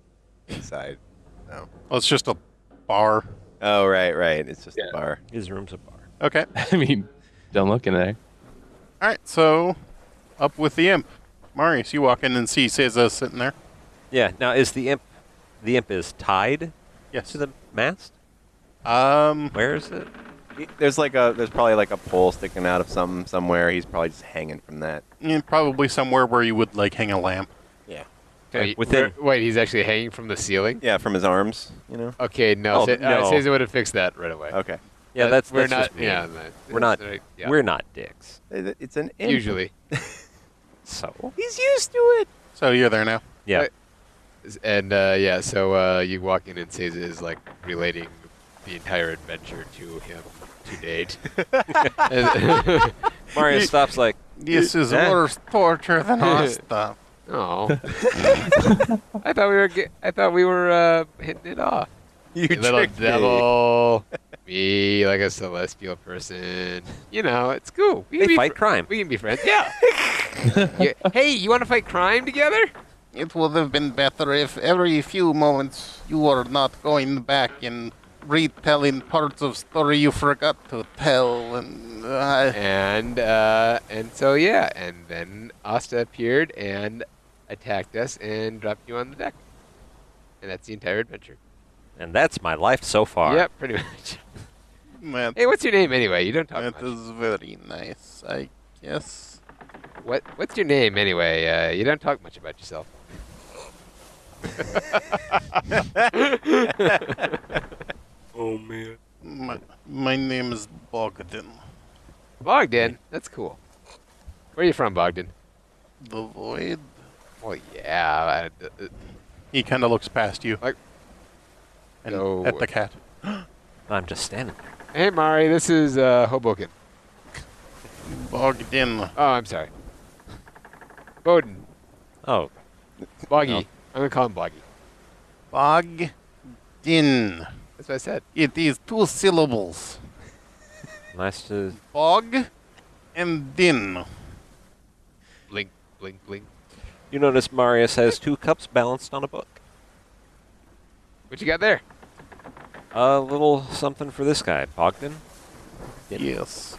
Speaker 6: inside. No.
Speaker 2: Well, it's just a bar.
Speaker 6: Oh right, right. It's just
Speaker 4: Yeah.
Speaker 6: a bar.
Speaker 3: His room's a bar.
Speaker 2: Okay.
Speaker 4: I mean, don't look in there.
Speaker 2: All right. So, up with the imp. Marius, you walk in and see Seiza sitting there.
Speaker 3: Yeah. Now is the imp? The imp is tied
Speaker 2: Yes.
Speaker 3: to the mast.
Speaker 2: Um.
Speaker 3: Where is it?
Speaker 6: He- There's like a there's probably like a pole sticking out of something somewhere. He's probably just hanging from that.
Speaker 2: yeah, probably somewhere where you would like hang a lamp.
Speaker 3: Like,
Speaker 7: he-
Speaker 3: within-
Speaker 7: where- wait, he's actually hanging from the ceiling.
Speaker 6: Yeah, from his arms. You know.
Speaker 7: Okay, no,
Speaker 3: Oh,
Speaker 7: Sa-
Speaker 3: no.
Speaker 7: Uh, Caesar would have fixed that right away. Uh,
Speaker 6: Okay.
Speaker 3: Yeah, that's
Speaker 7: we're
Speaker 3: that's
Speaker 7: not.
Speaker 3: just mean.
Speaker 7: Yeah, that-
Speaker 3: We're not-
Speaker 7: that's right, yeah.
Speaker 3: We're not dicks.
Speaker 6: It- It's an imp.
Speaker 7: usually.
Speaker 3: So
Speaker 6: He's used to it.
Speaker 2: So you're there now.
Speaker 3: yeah,
Speaker 7: Right. And uh, yeah, so uh, you walk in and Caesar is like relating the entire adventure to him to date. And-
Speaker 3: Mario stops like
Speaker 2: This is
Speaker 3: Yeah.
Speaker 2: worse torture than our stuff.
Speaker 7: Oh. I thought we were. ge- I thought we were uh, hitting it off.
Speaker 6: You
Speaker 7: You little
Speaker 6: tricked me.
Speaker 7: devil. Me like a celestial person. You know, it's cool. We
Speaker 3: they
Speaker 7: can be
Speaker 3: fight
Speaker 7: fr-
Speaker 3: crime.
Speaker 7: We can be friends. Yeah. You- hey, you want to fight crime together?
Speaker 2: It would have been better if every few moments you were not going back and retelling parts of story you forgot to tell. And uh,
Speaker 7: And uh, and so yeah, and then Asta appeared and attacked us and dropped you on the deck. And that's the entire adventure.
Speaker 3: And that's my life so far.
Speaker 7: Yep, pretty much.
Speaker 2: that,
Speaker 7: Hey, what's your name anyway? You don't talk
Speaker 2: that
Speaker 7: much.
Speaker 2: is very nice, I guess.
Speaker 7: What What's your name anyway? Uh, you don't talk much about yourself.
Speaker 1: Oh man.
Speaker 2: My, my name is Bogdan,
Speaker 7: Bogdan, that's cool. Where are you from, Bogdan?
Speaker 2: the void.
Speaker 7: Well, yeah. I, uh, uh,
Speaker 2: He kind of looks past you.
Speaker 7: Like-
Speaker 2: and
Speaker 7: No.
Speaker 2: at the cat.
Speaker 3: I'm just standing there.
Speaker 7: hey, Mari, this is uh, Hoboken.
Speaker 2: Bogdan.
Speaker 7: Oh, I'm sorry. Bowden,
Speaker 3: Oh,
Speaker 7: Boggy.
Speaker 3: No.
Speaker 7: I'm gonna call him Boggy.
Speaker 2: Bogdan.
Speaker 7: That's what I said.
Speaker 2: It is two syllables.
Speaker 3: nice to.
Speaker 2: Bog and din.
Speaker 7: Blink, blink, blink.
Speaker 3: You notice Marius has two cups balanced on a book.
Speaker 7: What you got there?
Speaker 3: A little something for this guy, Bogdan.
Speaker 2: Yes.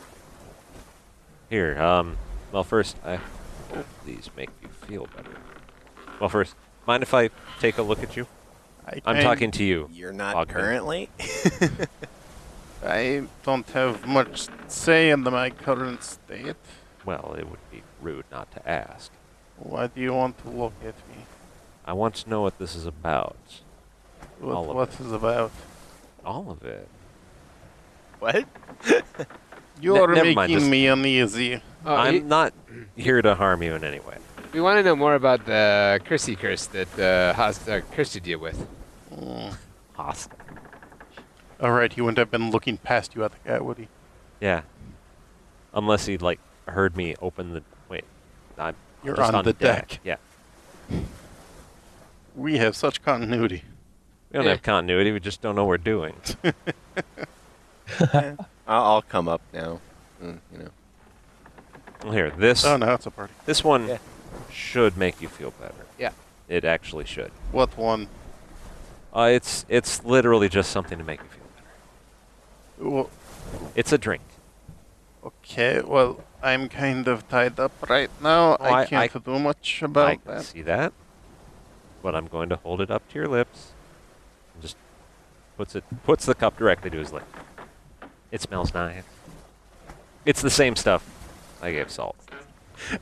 Speaker 3: Here, um, well, first, I hope these make you feel better. Well, first, mind if I take a look at you?
Speaker 2: I
Speaker 3: I'm
Speaker 2: kind-
Speaker 3: talking to you.
Speaker 6: You're not
Speaker 3: Bogdan.
Speaker 6: currently.
Speaker 2: I don't have much say in my current state.
Speaker 3: Well, it would be rude not to ask.
Speaker 2: Why do you want to look at me?
Speaker 3: I want to know what this is about. All
Speaker 2: What
Speaker 3: of
Speaker 2: what is about?
Speaker 3: All of it.
Speaker 6: what?
Speaker 2: You're
Speaker 3: never
Speaker 2: making
Speaker 3: mind, just-
Speaker 2: me uneasy.
Speaker 7: Oh,
Speaker 3: I'm
Speaker 7: he-
Speaker 3: not here to harm you in any way.
Speaker 7: we want to know more about the cursey curse that uh, has uh, cursed you deal with.
Speaker 2: Mm.
Speaker 3: Hostile.
Speaker 2: All right, he wouldn't have been looking past you at the cat, would he?
Speaker 3: Yeah. Unless he like heard me open the wait. I'm
Speaker 2: You're
Speaker 3: just
Speaker 2: on the deck.
Speaker 3: Yeah.
Speaker 2: We have such continuity.
Speaker 3: We don't
Speaker 7: Yeah.
Speaker 3: have continuity, we just don't know what we're doing.
Speaker 6: I'll, I'll come up now. Mm, you know.
Speaker 3: Well, here, this
Speaker 2: Oh no, it's a party.
Speaker 3: this one
Speaker 6: Yeah.
Speaker 3: should make you feel better.
Speaker 7: Yeah.
Speaker 3: It actually should.
Speaker 2: What one?
Speaker 3: Uh, it's it's literally just something to make you feel better.
Speaker 2: Well,
Speaker 3: It's a drink.
Speaker 2: okay, well, I'm kind of tied up right now.
Speaker 3: Oh,
Speaker 2: I,
Speaker 3: I-
Speaker 2: can't do much about
Speaker 3: I can
Speaker 2: that.
Speaker 3: see that. But I'm going to hold it up to your lips. And Just puts it puts the cup directly to his lip. It smells nice. It's the same stuff I gave salt.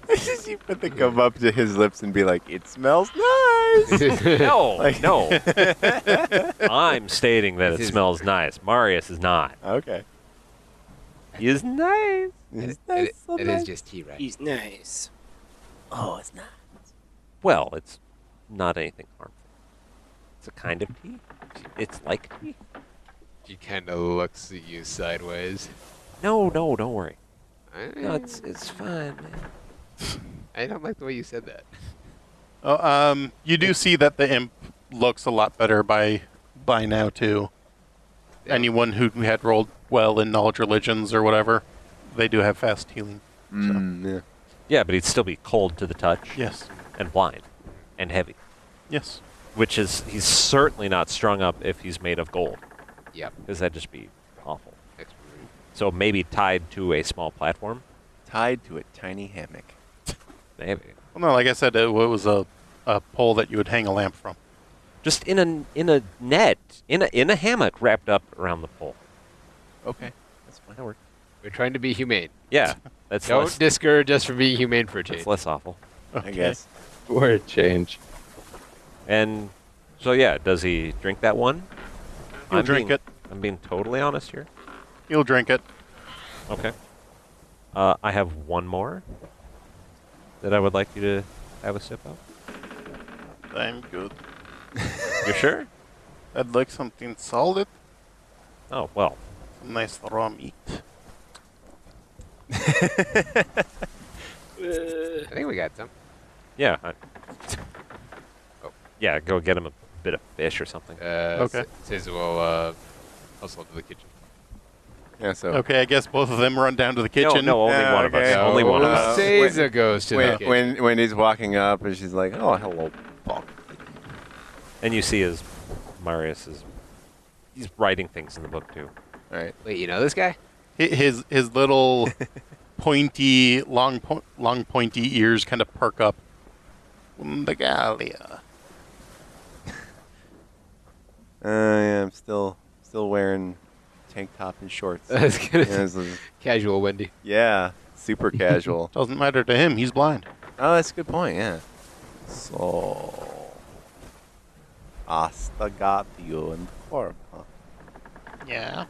Speaker 6: you put the gum up to his lips and be like, "It smells nice."
Speaker 3: No,
Speaker 6: Like-
Speaker 3: no. I'm stating that it
Speaker 7: This is-
Speaker 3: smells nice. Marius is not.
Speaker 6: okay.
Speaker 3: He is nice.
Speaker 6: It's
Speaker 7: It- it is just tea, right?
Speaker 5: He's nice.
Speaker 6: Oh, it's not.
Speaker 3: Well, it's not anything harmful. It's a kind of tea. It's like tea.
Speaker 7: He kind of looks at you sideways.
Speaker 3: No, no, don't worry.
Speaker 7: I,
Speaker 3: No, it's it's fine, man.
Speaker 7: I don't like the way you said that.
Speaker 2: Oh, um, you do see that the imp looks a lot better by by now too.
Speaker 7: Yeah.
Speaker 2: Anyone who had rolled well in knowledge religions or whatever, they do have fast healing.
Speaker 6: Mm, yeah.
Speaker 3: Yeah, but he'd still be cold to the touch
Speaker 2: Yes,
Speaker 3: and blind and heavy,
Speaker 2: yes.
Speaker 3: which is he's certainly not strung up if he's made of gold,
Speaker 7: Yep.
Speaker 3: because that'd just be awful.
Speaker 7: That's rude.
Speaker 3: So maybe tied to a small platform.
Speaker 6: Tied to a tiny hammock.
Speaker 3: Maybe.
Speaker 2: Well, no, like I said, it, wa- was a a pole that you would hang a lamp from.
Speaker 3: Just in a in a net, in a in a hammock wrapped up around the pole.
Speaker 6: Okay, that's fine.
Speaker 3: That works.
Speaker 7: We're trying to be humane.
Speaker 3: Yeah, that's
Speaker 7: don't
Speaker 3: less,
Speaker 7: discourage us from being humane for a change.
Speaker 3: that's less awful.
Speaker 2: Okay.
Speaker 6: I guess.
Speaker 4: For a change.
Speaker 3: And so yeah, does he drink that one?
Speaker 2: He'll drink
Speaker 3: being-
Speaker 2: it.
Speaker 3: I'm being totally honest here.
Speaker 2: You'll drink it.
Speaker 3: Okay. Uh, I have one more that I would like you to have a sip of.
Speaker 2: I'm good.
Speaker 3: You sure?
Speaker 2: I'd like something solid,
Speaker 3: Oh well.
Speaker 2: some nice raw meat.
Speaker 7: I think we got some.
Speaker 3: Yeah. I,
Speaker 7: Oh.
Speaker 3: Yeah, go get him a bit of fish or something.
Speaker 7: Uh,
Speaker 2: Okay.
Speaker 7: S- says we'll uh, hustle to the kitchen.
Speaker 6: Yeah. So
Speaker 2: Okay, I guess both of them run down to the kitchen.
Speaker 3: Oh. No, no, only
Speaker 6: Yeah,
Speaker 3: one of us.
Speaker 6: okay.
Speaker 3: Only one of
Speaker 6: Uh,
Speaker 7: Uh-huh.
Speaker 3: us.
Speaker 7: Seiza goes to the
Speaker 6: when,
Speaker 7: kitchen.
Speaker 6: when when he's walking up and she's like, "Oh, hello, Paul."
Speaker 3: And you see his Marius is he's writing things in the book too.
Speaker 6: All right.
Speaker 7: Wait, you know this guy?
Speaker 2: Hi- His his little pointy, long, po- long pointy ears kind of perk up. The Gallia.
Speaker 6: Uh, yeah, I'm still still wearing tank top and shorts.
Speaker 7: I
Speaker 6: yeah,
Speaker 7: was gonna say-
Speaker 6: this is-
Speaker 7: Casual Wendy.
Speaker 6: yeah, super casual.
Speaker 2: Doesn't matter to him. He's blind.
Speaker 6: Oh, that's a good point. Yeah. So, hasta gato and corp.
Speaker 2: Yeah.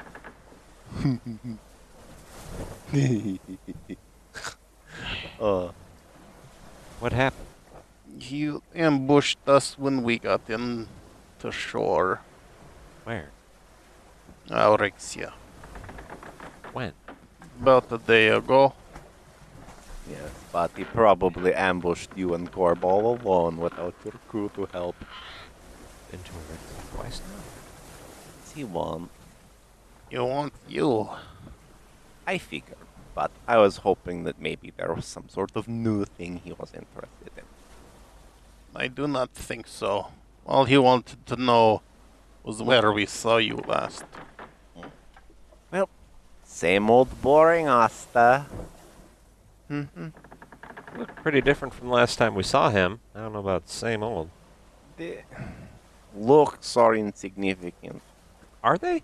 Speaker 6: Oh,
Speaker 3: What happened?
Speaker 2: He ambushed us when we got in to shore.
Speaker 3: Where?
Speaker 2: Aurexia.
Speaker 3: When?
Speaker 2: About a day ago.
Speaker 6: yes, but he probably ambushed you and Corb all alone without your crew to help.
Speaker 3: Into a twice now.
Speaker 6: He won.
Speaker 2: You want you.
Speaker 6: I figured, but I was hoping that maybe there was some sort of new thing he was interested in.
Speaker 2: I do not think so. All he wanted to know was where we saw you last.
Speaker 6: Same old boring Asta.
Speaker 3: Looked pretty different from last time we saw him. I don't know about same old.
Speaker 6: The looks are insignificant.
Speaker 3: Are they?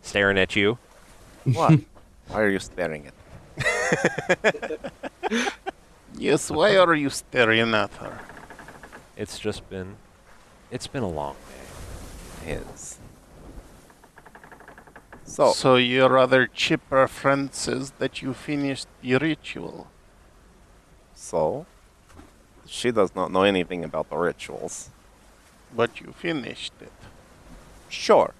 Speaker 3: Staring at you.
Speaker 6: What? Why are you staring at?
Speaker 2: Yes, why are you staring at her?
Speaker 3: It's just been it's been a long day.
Speaker 6: His. So,
Speaker 2: So your other chipper friend says that you finished the ritual.
Speaker 6: so she does not know anything about the rituals.
Speaker 2: But you finished it.
Speaker 6: Sure.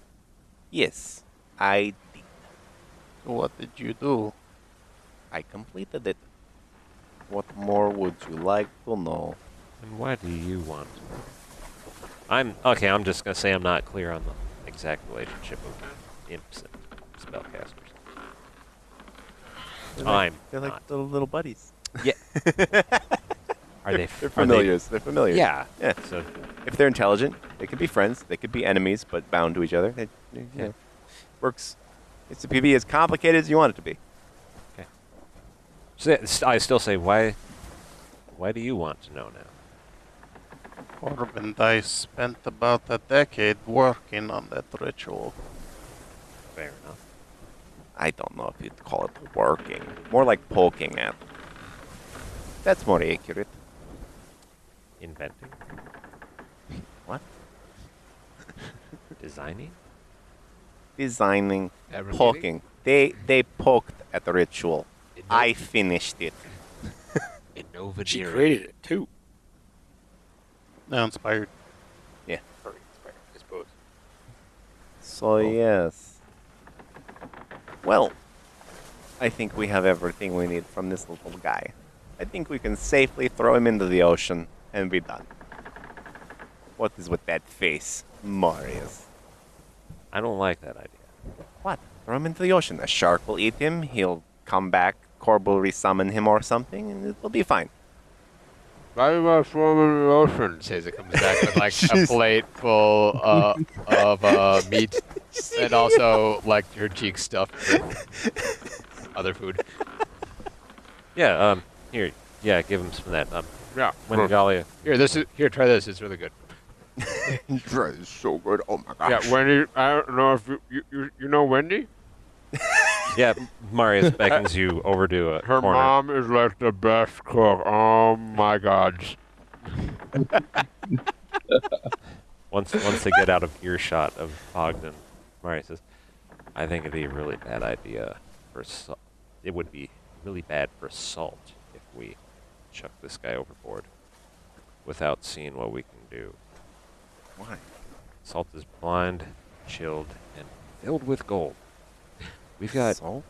Speaker 6: Yes, I did.
Speaker 2: What did you do?
Speaker 6: I completed it. What more would you like to know?
Speaker 3: And why do you want I'm okay, I'm just gonna say I'm not clear on the exact relationship of imps and spellcasters. I'm
Speaker 6: They're like
Speaker 3: not.
Speaker 6: little little buddies.
Speaker 3: Are they
Speaker 6: They're
Speaker 3: are they-
Speaker 6: familiars. They, are familiars.
Speaker 3: yeah.
Speaker 6: Yeah.
Speaker 3: So
Speaker 6: If they're intelligent, they could be friends. They could be enemies, but bound to each other. It, you
Speaker 3: Yeah.
Speaker 6: know, works. It's to be as complicated as you want it to be.
Speaker 3: So it's- I still say, why? Why do you want to know now?
Speaker 2: Orb and I spent about a decade working on that ritual.
Speaker 3: Fair enough.
Speaker 6: I don't know if you'd call it working. More like poking at. That's more accurate.
Speaker 3: Inventing,
Speaker 6: What?
Speaker 3: designing.
Speaker 6: Designing,
Speaker 7: Fabricating?
Speaker 6: poking. They they poked at the ritual.
Speaker 7: Inno-
Speaker 6: I finished it.
Speaker 7: Innova
Speaker 1: She
Speaker 7: Dairy.
Speaker 1: created it too.
Speaker 2: Now inspired.
Speaker 1: Very inspired, I suppose.
Speaker 6: So yes. Well, I think we have everything we need from this little guy. I think we can safely throw him into the ocean and be done. What is with that face, Marius?
Speaker 3: I don't like that idea.
Speaker 6: What? Throw him into the ocean. The shark will eat him. He'll come back. Corb will resummon him or something, and it will be fine.
Speaker 7: Bobby Bob Foreman Ocean says it comes back with like a
Speaker 6: Jeez.
Speaker 7: plate full uh, of uh, meat and also like her cheeks stuffed with other food.
Speaker 3: Yeah. Um. Here. Yeah. Give him some of that. Um.
Speaker 7: Yeah.
Speaker 3: Wendigalia.
Speaker 7: Here, this is here. Try this. It's really good.
Speaker 6: That is so good. Oh my
Speaker 7: Wendy. I don't know if you you, you, you know Wendy.
Speaker 3: Yeah. Marius beckons you over to a
Speaker 5: Her
Speaker 3: corner.
Speaker 5: mom is like the best cook. Oh my God.
Speaker 3: Once once they get out of earshot of Ogden, Marius says, "I think it'd be a really bad idea for salt. It would be really bad for salt if we chuck this guy overboard without seeing what we can do.
Speaker 6: Why?
Speaker 3: Salt is blind, chilled, and filled with gold. We've got.
Speaker 6: Salt?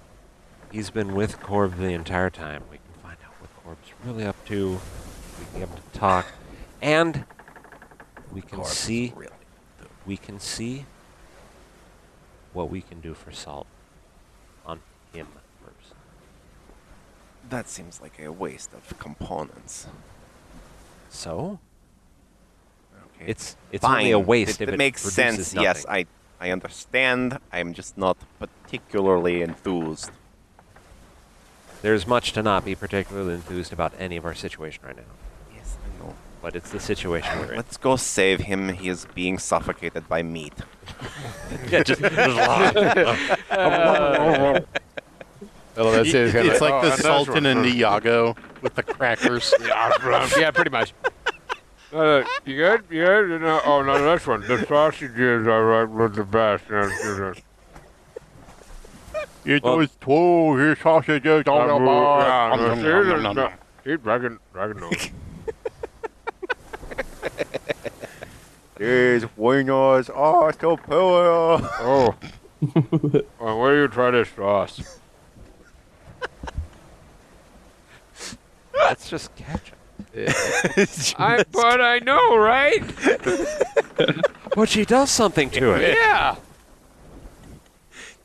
Speaker 3: He's been with Corb the entire time. We can find out what Corb's really up to. We can get him to talk, and we can
Speaker 6: Corb is
Speaker 3: see."
Speaker 6: really-
Speaker 3: we can see what we can do for salt on him first.
Speaker 6: That seems like a waste of components.
Speaker 3: So
Speaker 6: Okay.
Speaker 3: it's it's only a
Speaker 6: Fine.
Speaker 3: waste
Speaker 6: It,
Speaker 3: if it
Speaker 6: makes
Speaker 3: produces
Speaker 6: sense. Yes,
Speaker 3: nothing.
Speaker 6: I I understand. I'm just not particularly enthused.
Speaker 3: There's much to not be particularly enthused about any of our situation right now,
Speaker 6: Yes, I know.
Speaker 3: but it's the situation we're in.
Speaker 6: Let's go save him. He is being suffocated by meat.
Speaker 3: yeah, just, just
Speaker 7: Well, that's it.
Speaker 2: It- it's like
Speaker 7: oh,
Speaker 2: the
Speaker 7: that's
Speaker 2: Sultan
Speaker 7: right.
Speaker 2: and Iago with the crackers.
Speaker 7: yeah, pretty much.
Speaker 5: Uh, you good? You good? You know, oh, no, this one. The sausages are like with the best. You know, you know.
Speaker 2: It
Speaker 3: Well-
Speaker 2: was two his sausages on the
Speaker 5: Um,
Speaker 2: bar.
Speaker 5: yeah,
Speaker 2: Nom, nom,
Speaker 5: seriously,
Speaker 2: nom, nom,
Speaker 5: no.
Speaker 2: nom.
Speaker 5: Keep dragging, dragging those.
Speaker 6: These wingers are so poor.
Speaker 5: Oh. oh, where do you try this sauce?
Speaker 3: that's just ketchup.
Speaker 5: I, but I know, right?
Speaker 3: But she does something to it.
Speaker 5: Yeah.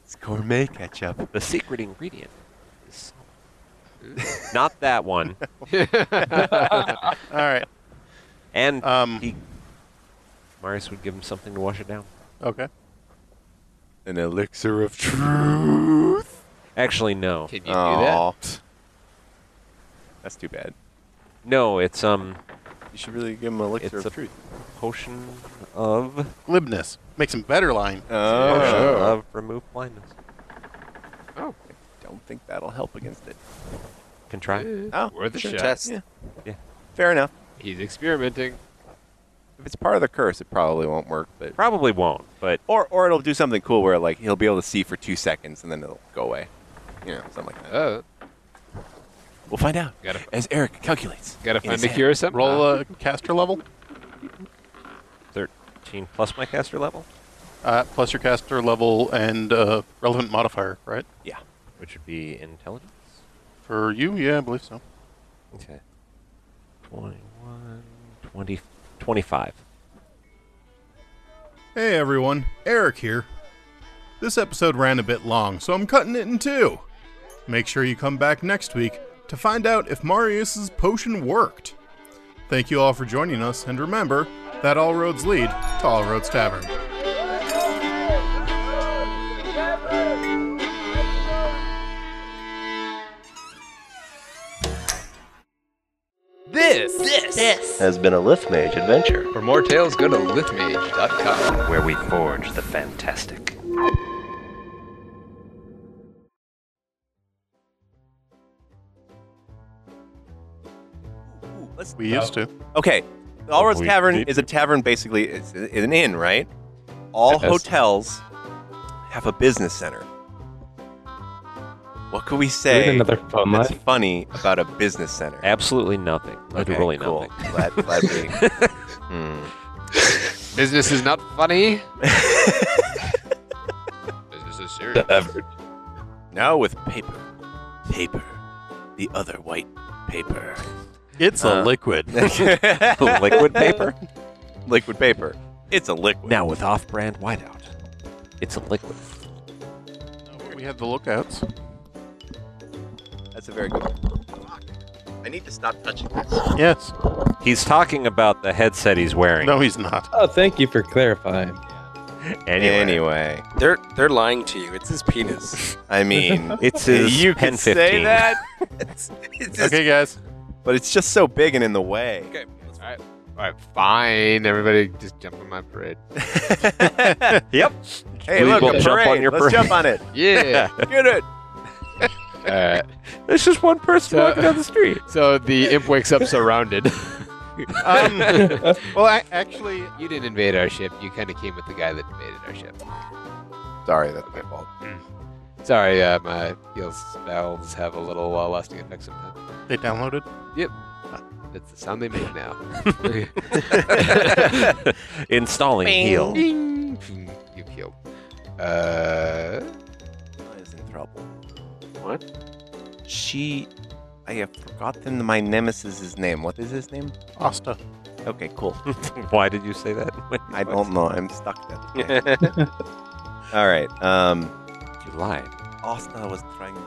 Speaker 6: It's gourmet ketchup.
Speaker 3: The secret ingredient is salt. Not that one.
Speaker 2: All right.
Speaker 3: And
Speaker 2: Um,
Speaker 3: he, Marius would give him something to wash it down.
Speaker 2: Okay.
Speaker 6: An elixir of truth.
Speaker 3: Actually, no.
Speaker 7: Can you do that?
Speaker 6: That's too bad.
Speaker 3: No, it's um
Speaker 6: You should really give him an elixir
Speaker 3: It's
Speaker 6: of
Speaker 3: a-
Speaker 6: truth.
Speaker 3: potion of
Speaker 2: Glibness makes him better line.
Speaker 6: Oh,
Speaker 3: potion
Speaker 7: sure.
Speaker 3: of remove blindness.
Speaker 6: don't think that'll help against it.
Speaker 3: Can try.
Speaker 6: Oh,
Speaker 7: Worth a
Speaker 6: sure.
Speaker 7: shot.
Speaker 1: Test.
Speaker 6: Yeah.
Speaker 3: Yeah.
Speaker 6: Fair enough.
Speaker 7: He's experimenting.
Speaker 6: If it's part of the curse, it probably won't work. But
Speaker 3: Probably won't, but
Speaker 6: or or it'll do something cool where like he'll be able to see for two seconds and then it'll go away. You know, something like that.
Speaker 7: Oh,
Speaker 6: we'll find out
Speaker 7: gotta
Speaker 6: as Eric calculates.
Speaker 7: gotta
Speaker 6: In his
Speaker 7: find a
Speaker 6: head.
Speaker 7: cure or something.
Speaker 2: Roll a caster level,
Speaker 3: thirteen plus my caster level,
Speaker 2: uh, plus your caster level and uh, relevant modifier, right?
Speaker 3: which would be intelligence.
Speaker 2: For you, yeah, I believe so.
Speaker 3: Okay. 21, 20, 25.
Speaker 8: Hey everyone, Eric here. This episode ran a bit long, so I'm cutting it in two. Make sure you come back next week to find out if Marius's potion worked. Thank you all for joining us, and remember that all roads lead to All Roads Tavern.
Speaker 7: This.
Speaker 6: Has been a lift mage adventure.
Speaker 7: For more tales, go to lithmage.com.
Speaker 3: Where we forge the fantastic.
Speaker 6: Let's
Speaker 2: We used to.
Speaker 6: Okay. The All Roads
Speaker 3: We
Speaker 6: Tavern
Speaker 3: did.
Speaker 6: is a tavern basically it's it's an inn, right? All
Speaker 4: Yes.
Speaker 6: hotels have a business center. What could we
Speaker 4: Do we need
Speaker 6: say
Speaker 4: another phone
Speaker 6: that's
Speaker 4: line?
Speaker 6: funny about a business center?
Speaker 3: Absolutely nothing. Literally
Speaker 6: okay, cool.
Speaker 3: nothing.
Speaker 6: Glad, glad we. Hmm.
Speaker 7: Business is not funny.
Speaker 1: serious.
Speaker 4: Severed.
Speaker 6: Now with paper. Paper. The other white paper.
Speaker 2: It's a
Speaker 6: Uh.
Speaker 2: liquid.
Speaker 3: Liquid paper.
Speaker 6: Liquid paper. It's a liquid.
Speaker 3: Now with off-brand whiteout, it's a liquid.
Speaker 2: we had the lookouts.
Speaker 6: That's a very good one. I need to stop touching this.
Speaker 2: Yes.
Speaker 3: He's talking about the headset he's wearing.
Speaker 2: No, he's not.
Speaker 4: Oh, thank you for clarifying.
Speaker 3: Anyway,
Speaker 6: Anyway,
Speaker 1: They're they're lying to you. It's his penis.
Speaker 6: I mean,
Speaker 3: it's his
Speaker 6: you
Speaker 3: pen
Speaker 6: can
Speaker 3: 15.
Speaker 6: say that, it's, it's just,
Speaker 2: Okay, guys.
Speaker 6: but it's just so big and in the way.
Speaker 7: All right, fine. Everybody, just jump on my parade.
Speaker 3: Yep.
Speaker 6: Hey,
Speaker 3: We
Speaker 6: look,
Speaker 3: will
Speaker 6: a
Speaker 3: jump on
Speaker 6: parade.
Speaker 3: your
Speaker 6: Let's
Speaker 3: parade.
Speaker 6: jump on it.
Speaker 7: Yeah.
Speaker 6: Get it.
Speaker 7: All right.
Speaker 3: There's just one person
Speaker 7: So-
Speaker 3: walking down the street.
Speaker 7: So the imp wakes up surrounded.
Speaker 2: Um, well, I, actually,
Speaker 7: you didn't invade our ship. You kind of came with the guy that invaded our ship.
Speaker 6: Sorry, that's my fault.
Speaker 7: Sorry, uh, my heels valves have a little uh, lasting effect sometimes.
Speaker 2: they downloaded.
Speaker 7: That's the sound they make now.
Speaker 3: Installing heel.
Speaker 7: Ding. You've healed. Uh,
Speaker 6: Luna is in trouble.
Speaker 1: What?
Speaker 6: She. I have forgotten my nemesis' name. What is his name?
Speaker 2: Asta.
Speaker 6: Okay, cool.
Speaker 3: Why did you say that?
Speaker 6: I don't know. I'm stuck there.
Speaker 1: yeah.
Speaker 6: All right. Um,
Speaker 3: You lied.
Speaker 6: Asta was trying to.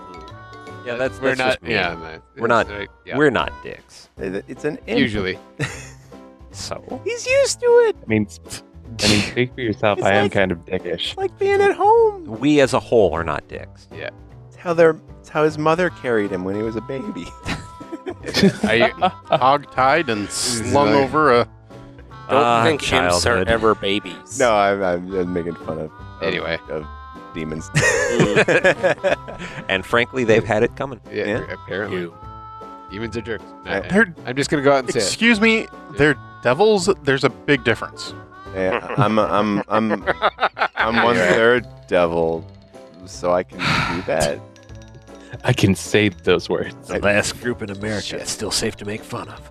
Speaker 3: Yeah, that's,
Speaker 7: we're
Speaker 3: that's
Speaker 7: not.
Speaker 3: just mean.
Speaker 7: Yeah, no,
Speaker 3: We're not-
Speaker 7: it's, uh, yeah.
Speaker 3: We're not dicks.
Speaker 6: It's an imp.
Speaker 7: usually.
Speaker 3: So
Speaker 6: He's used to it.
Speaker 4: I mean, s- I mean, speak for yourself.
Speaker 6: It's
Speaker 4: I am
Speaker 6: like-
Speaker 4: kind of dickish.
Speaker 6: It's like being at home.
Speaker 3: we as a whole are not dicks.
Speaker 6: It's how their. It's how his mother carried him when he was a baby.
Speaker 7: Are you,
Speaker 2: hog tied and slung
Speaker 7: like-
Speaker 2: over a.
Speaker 1: Don't
Speaker 3: Ah,
Speaker 1: think chimps are
Speaker 3: childhood.
Speaker 1: ever babies.
Speaker 6: no, I'm, I'm just making fun of. of-
Speaker 7: Anyway.
Speaker 6: Of demons.
Speaker 3: And frankly, they've had it coming.
Speaker 7: yeah,
Speaker 6: Yeah.
Speaker 7: apparently. Humans are jerks. No,
Speaker 6: Yeah.
Speaker 2: They're,
Speaker 7: I'm just gonna go out and say it.
Speaker 2: excuse me. They're devils. There's a big difference.
Speaker 6: Yeah, I'm I'm I'm I'm one third devil, so I can do that.
Speaker 4: I can say those words.
Speaker 6: The
Speaker 3: last group in America
Speaker 6: Shit. it's
Speaker 3: still safe to make fun of.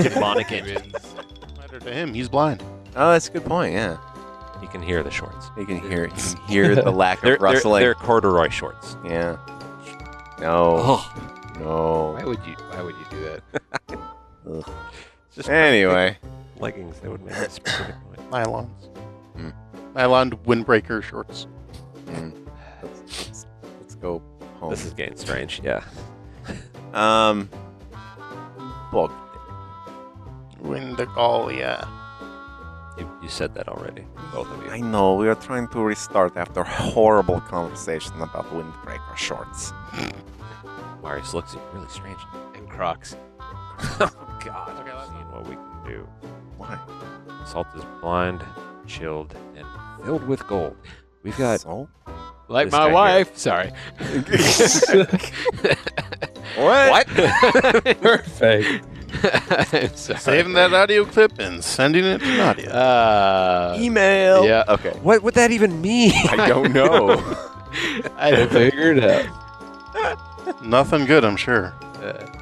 Speaker 3: Demonic engine.
Speaker 2: Matter to him. He's blind.
Speaker 6: Oh, that's a good point. Yeah,
Speaker 3: You can hear the shorts.
Speaker 6: you can hear you can hear the lack of
Speaker 3: They're, they're,
Speaker 6: rustling.
Speaker 3: they're corduroy shorts.
Speaker 6: Yeah. No.
Speaker 3: Oh,
Speaker 7: Why
Speaker 6: No.
Speaker 7: would you? Why would you do that?
Speaker 3: just
Speaker 6: Anyway,
Speaker 3: leggings that would make a specific noise.
Speaker 2: Nylons.
Speaker 6: Hmm.
Speaker 2: Nylon windbreaker shorts.
Speaker 6: mm, let's, let's, let's go home.
Speaker 3: This is getting strange. Yeah.
Speaker 6: Um. Bog.
Speaker 2: Windigalia.
Speaker 3: You, you said that already. Both of you.
Speaker 6: I know we are trying to restart after a horrible conversation about windbreaker shorts.
Speaker 3: Marius looks at you really strange.
Speaker 7: And Crocs.
Speaker 3: oh God.
Speaker 2: Okay, let's-
Speaker 3: Seeing what we can do.
Speaker 6: Why?
Speaker 3: Salt is blind, chilled, and filled with gold. We've got
Speaker 6: So?
Speaker 7: Like
Speaker 3: This guy
Speaker 7: my
Speaker 3: here.
Speaker 7: wife. Sorry.
Speaker 6: What?
Speaker 4: Perfect.
Speaker 7: I'm sorry.
Speaker 2: Saving that audio clip and sending it to Nadia.
Speaker 7: Uh,
Speaker 6: Email.
Speaker 7: yeah.
Speaker 6: Okay.
Speaker 3: what would that even mean?
Speaker 6: I don't know.
Speaker 7: I don't think.
Speaker 4: Figure it out.
Speaker 2: Nothing good, I'm sure.
Speaker 7: Uh,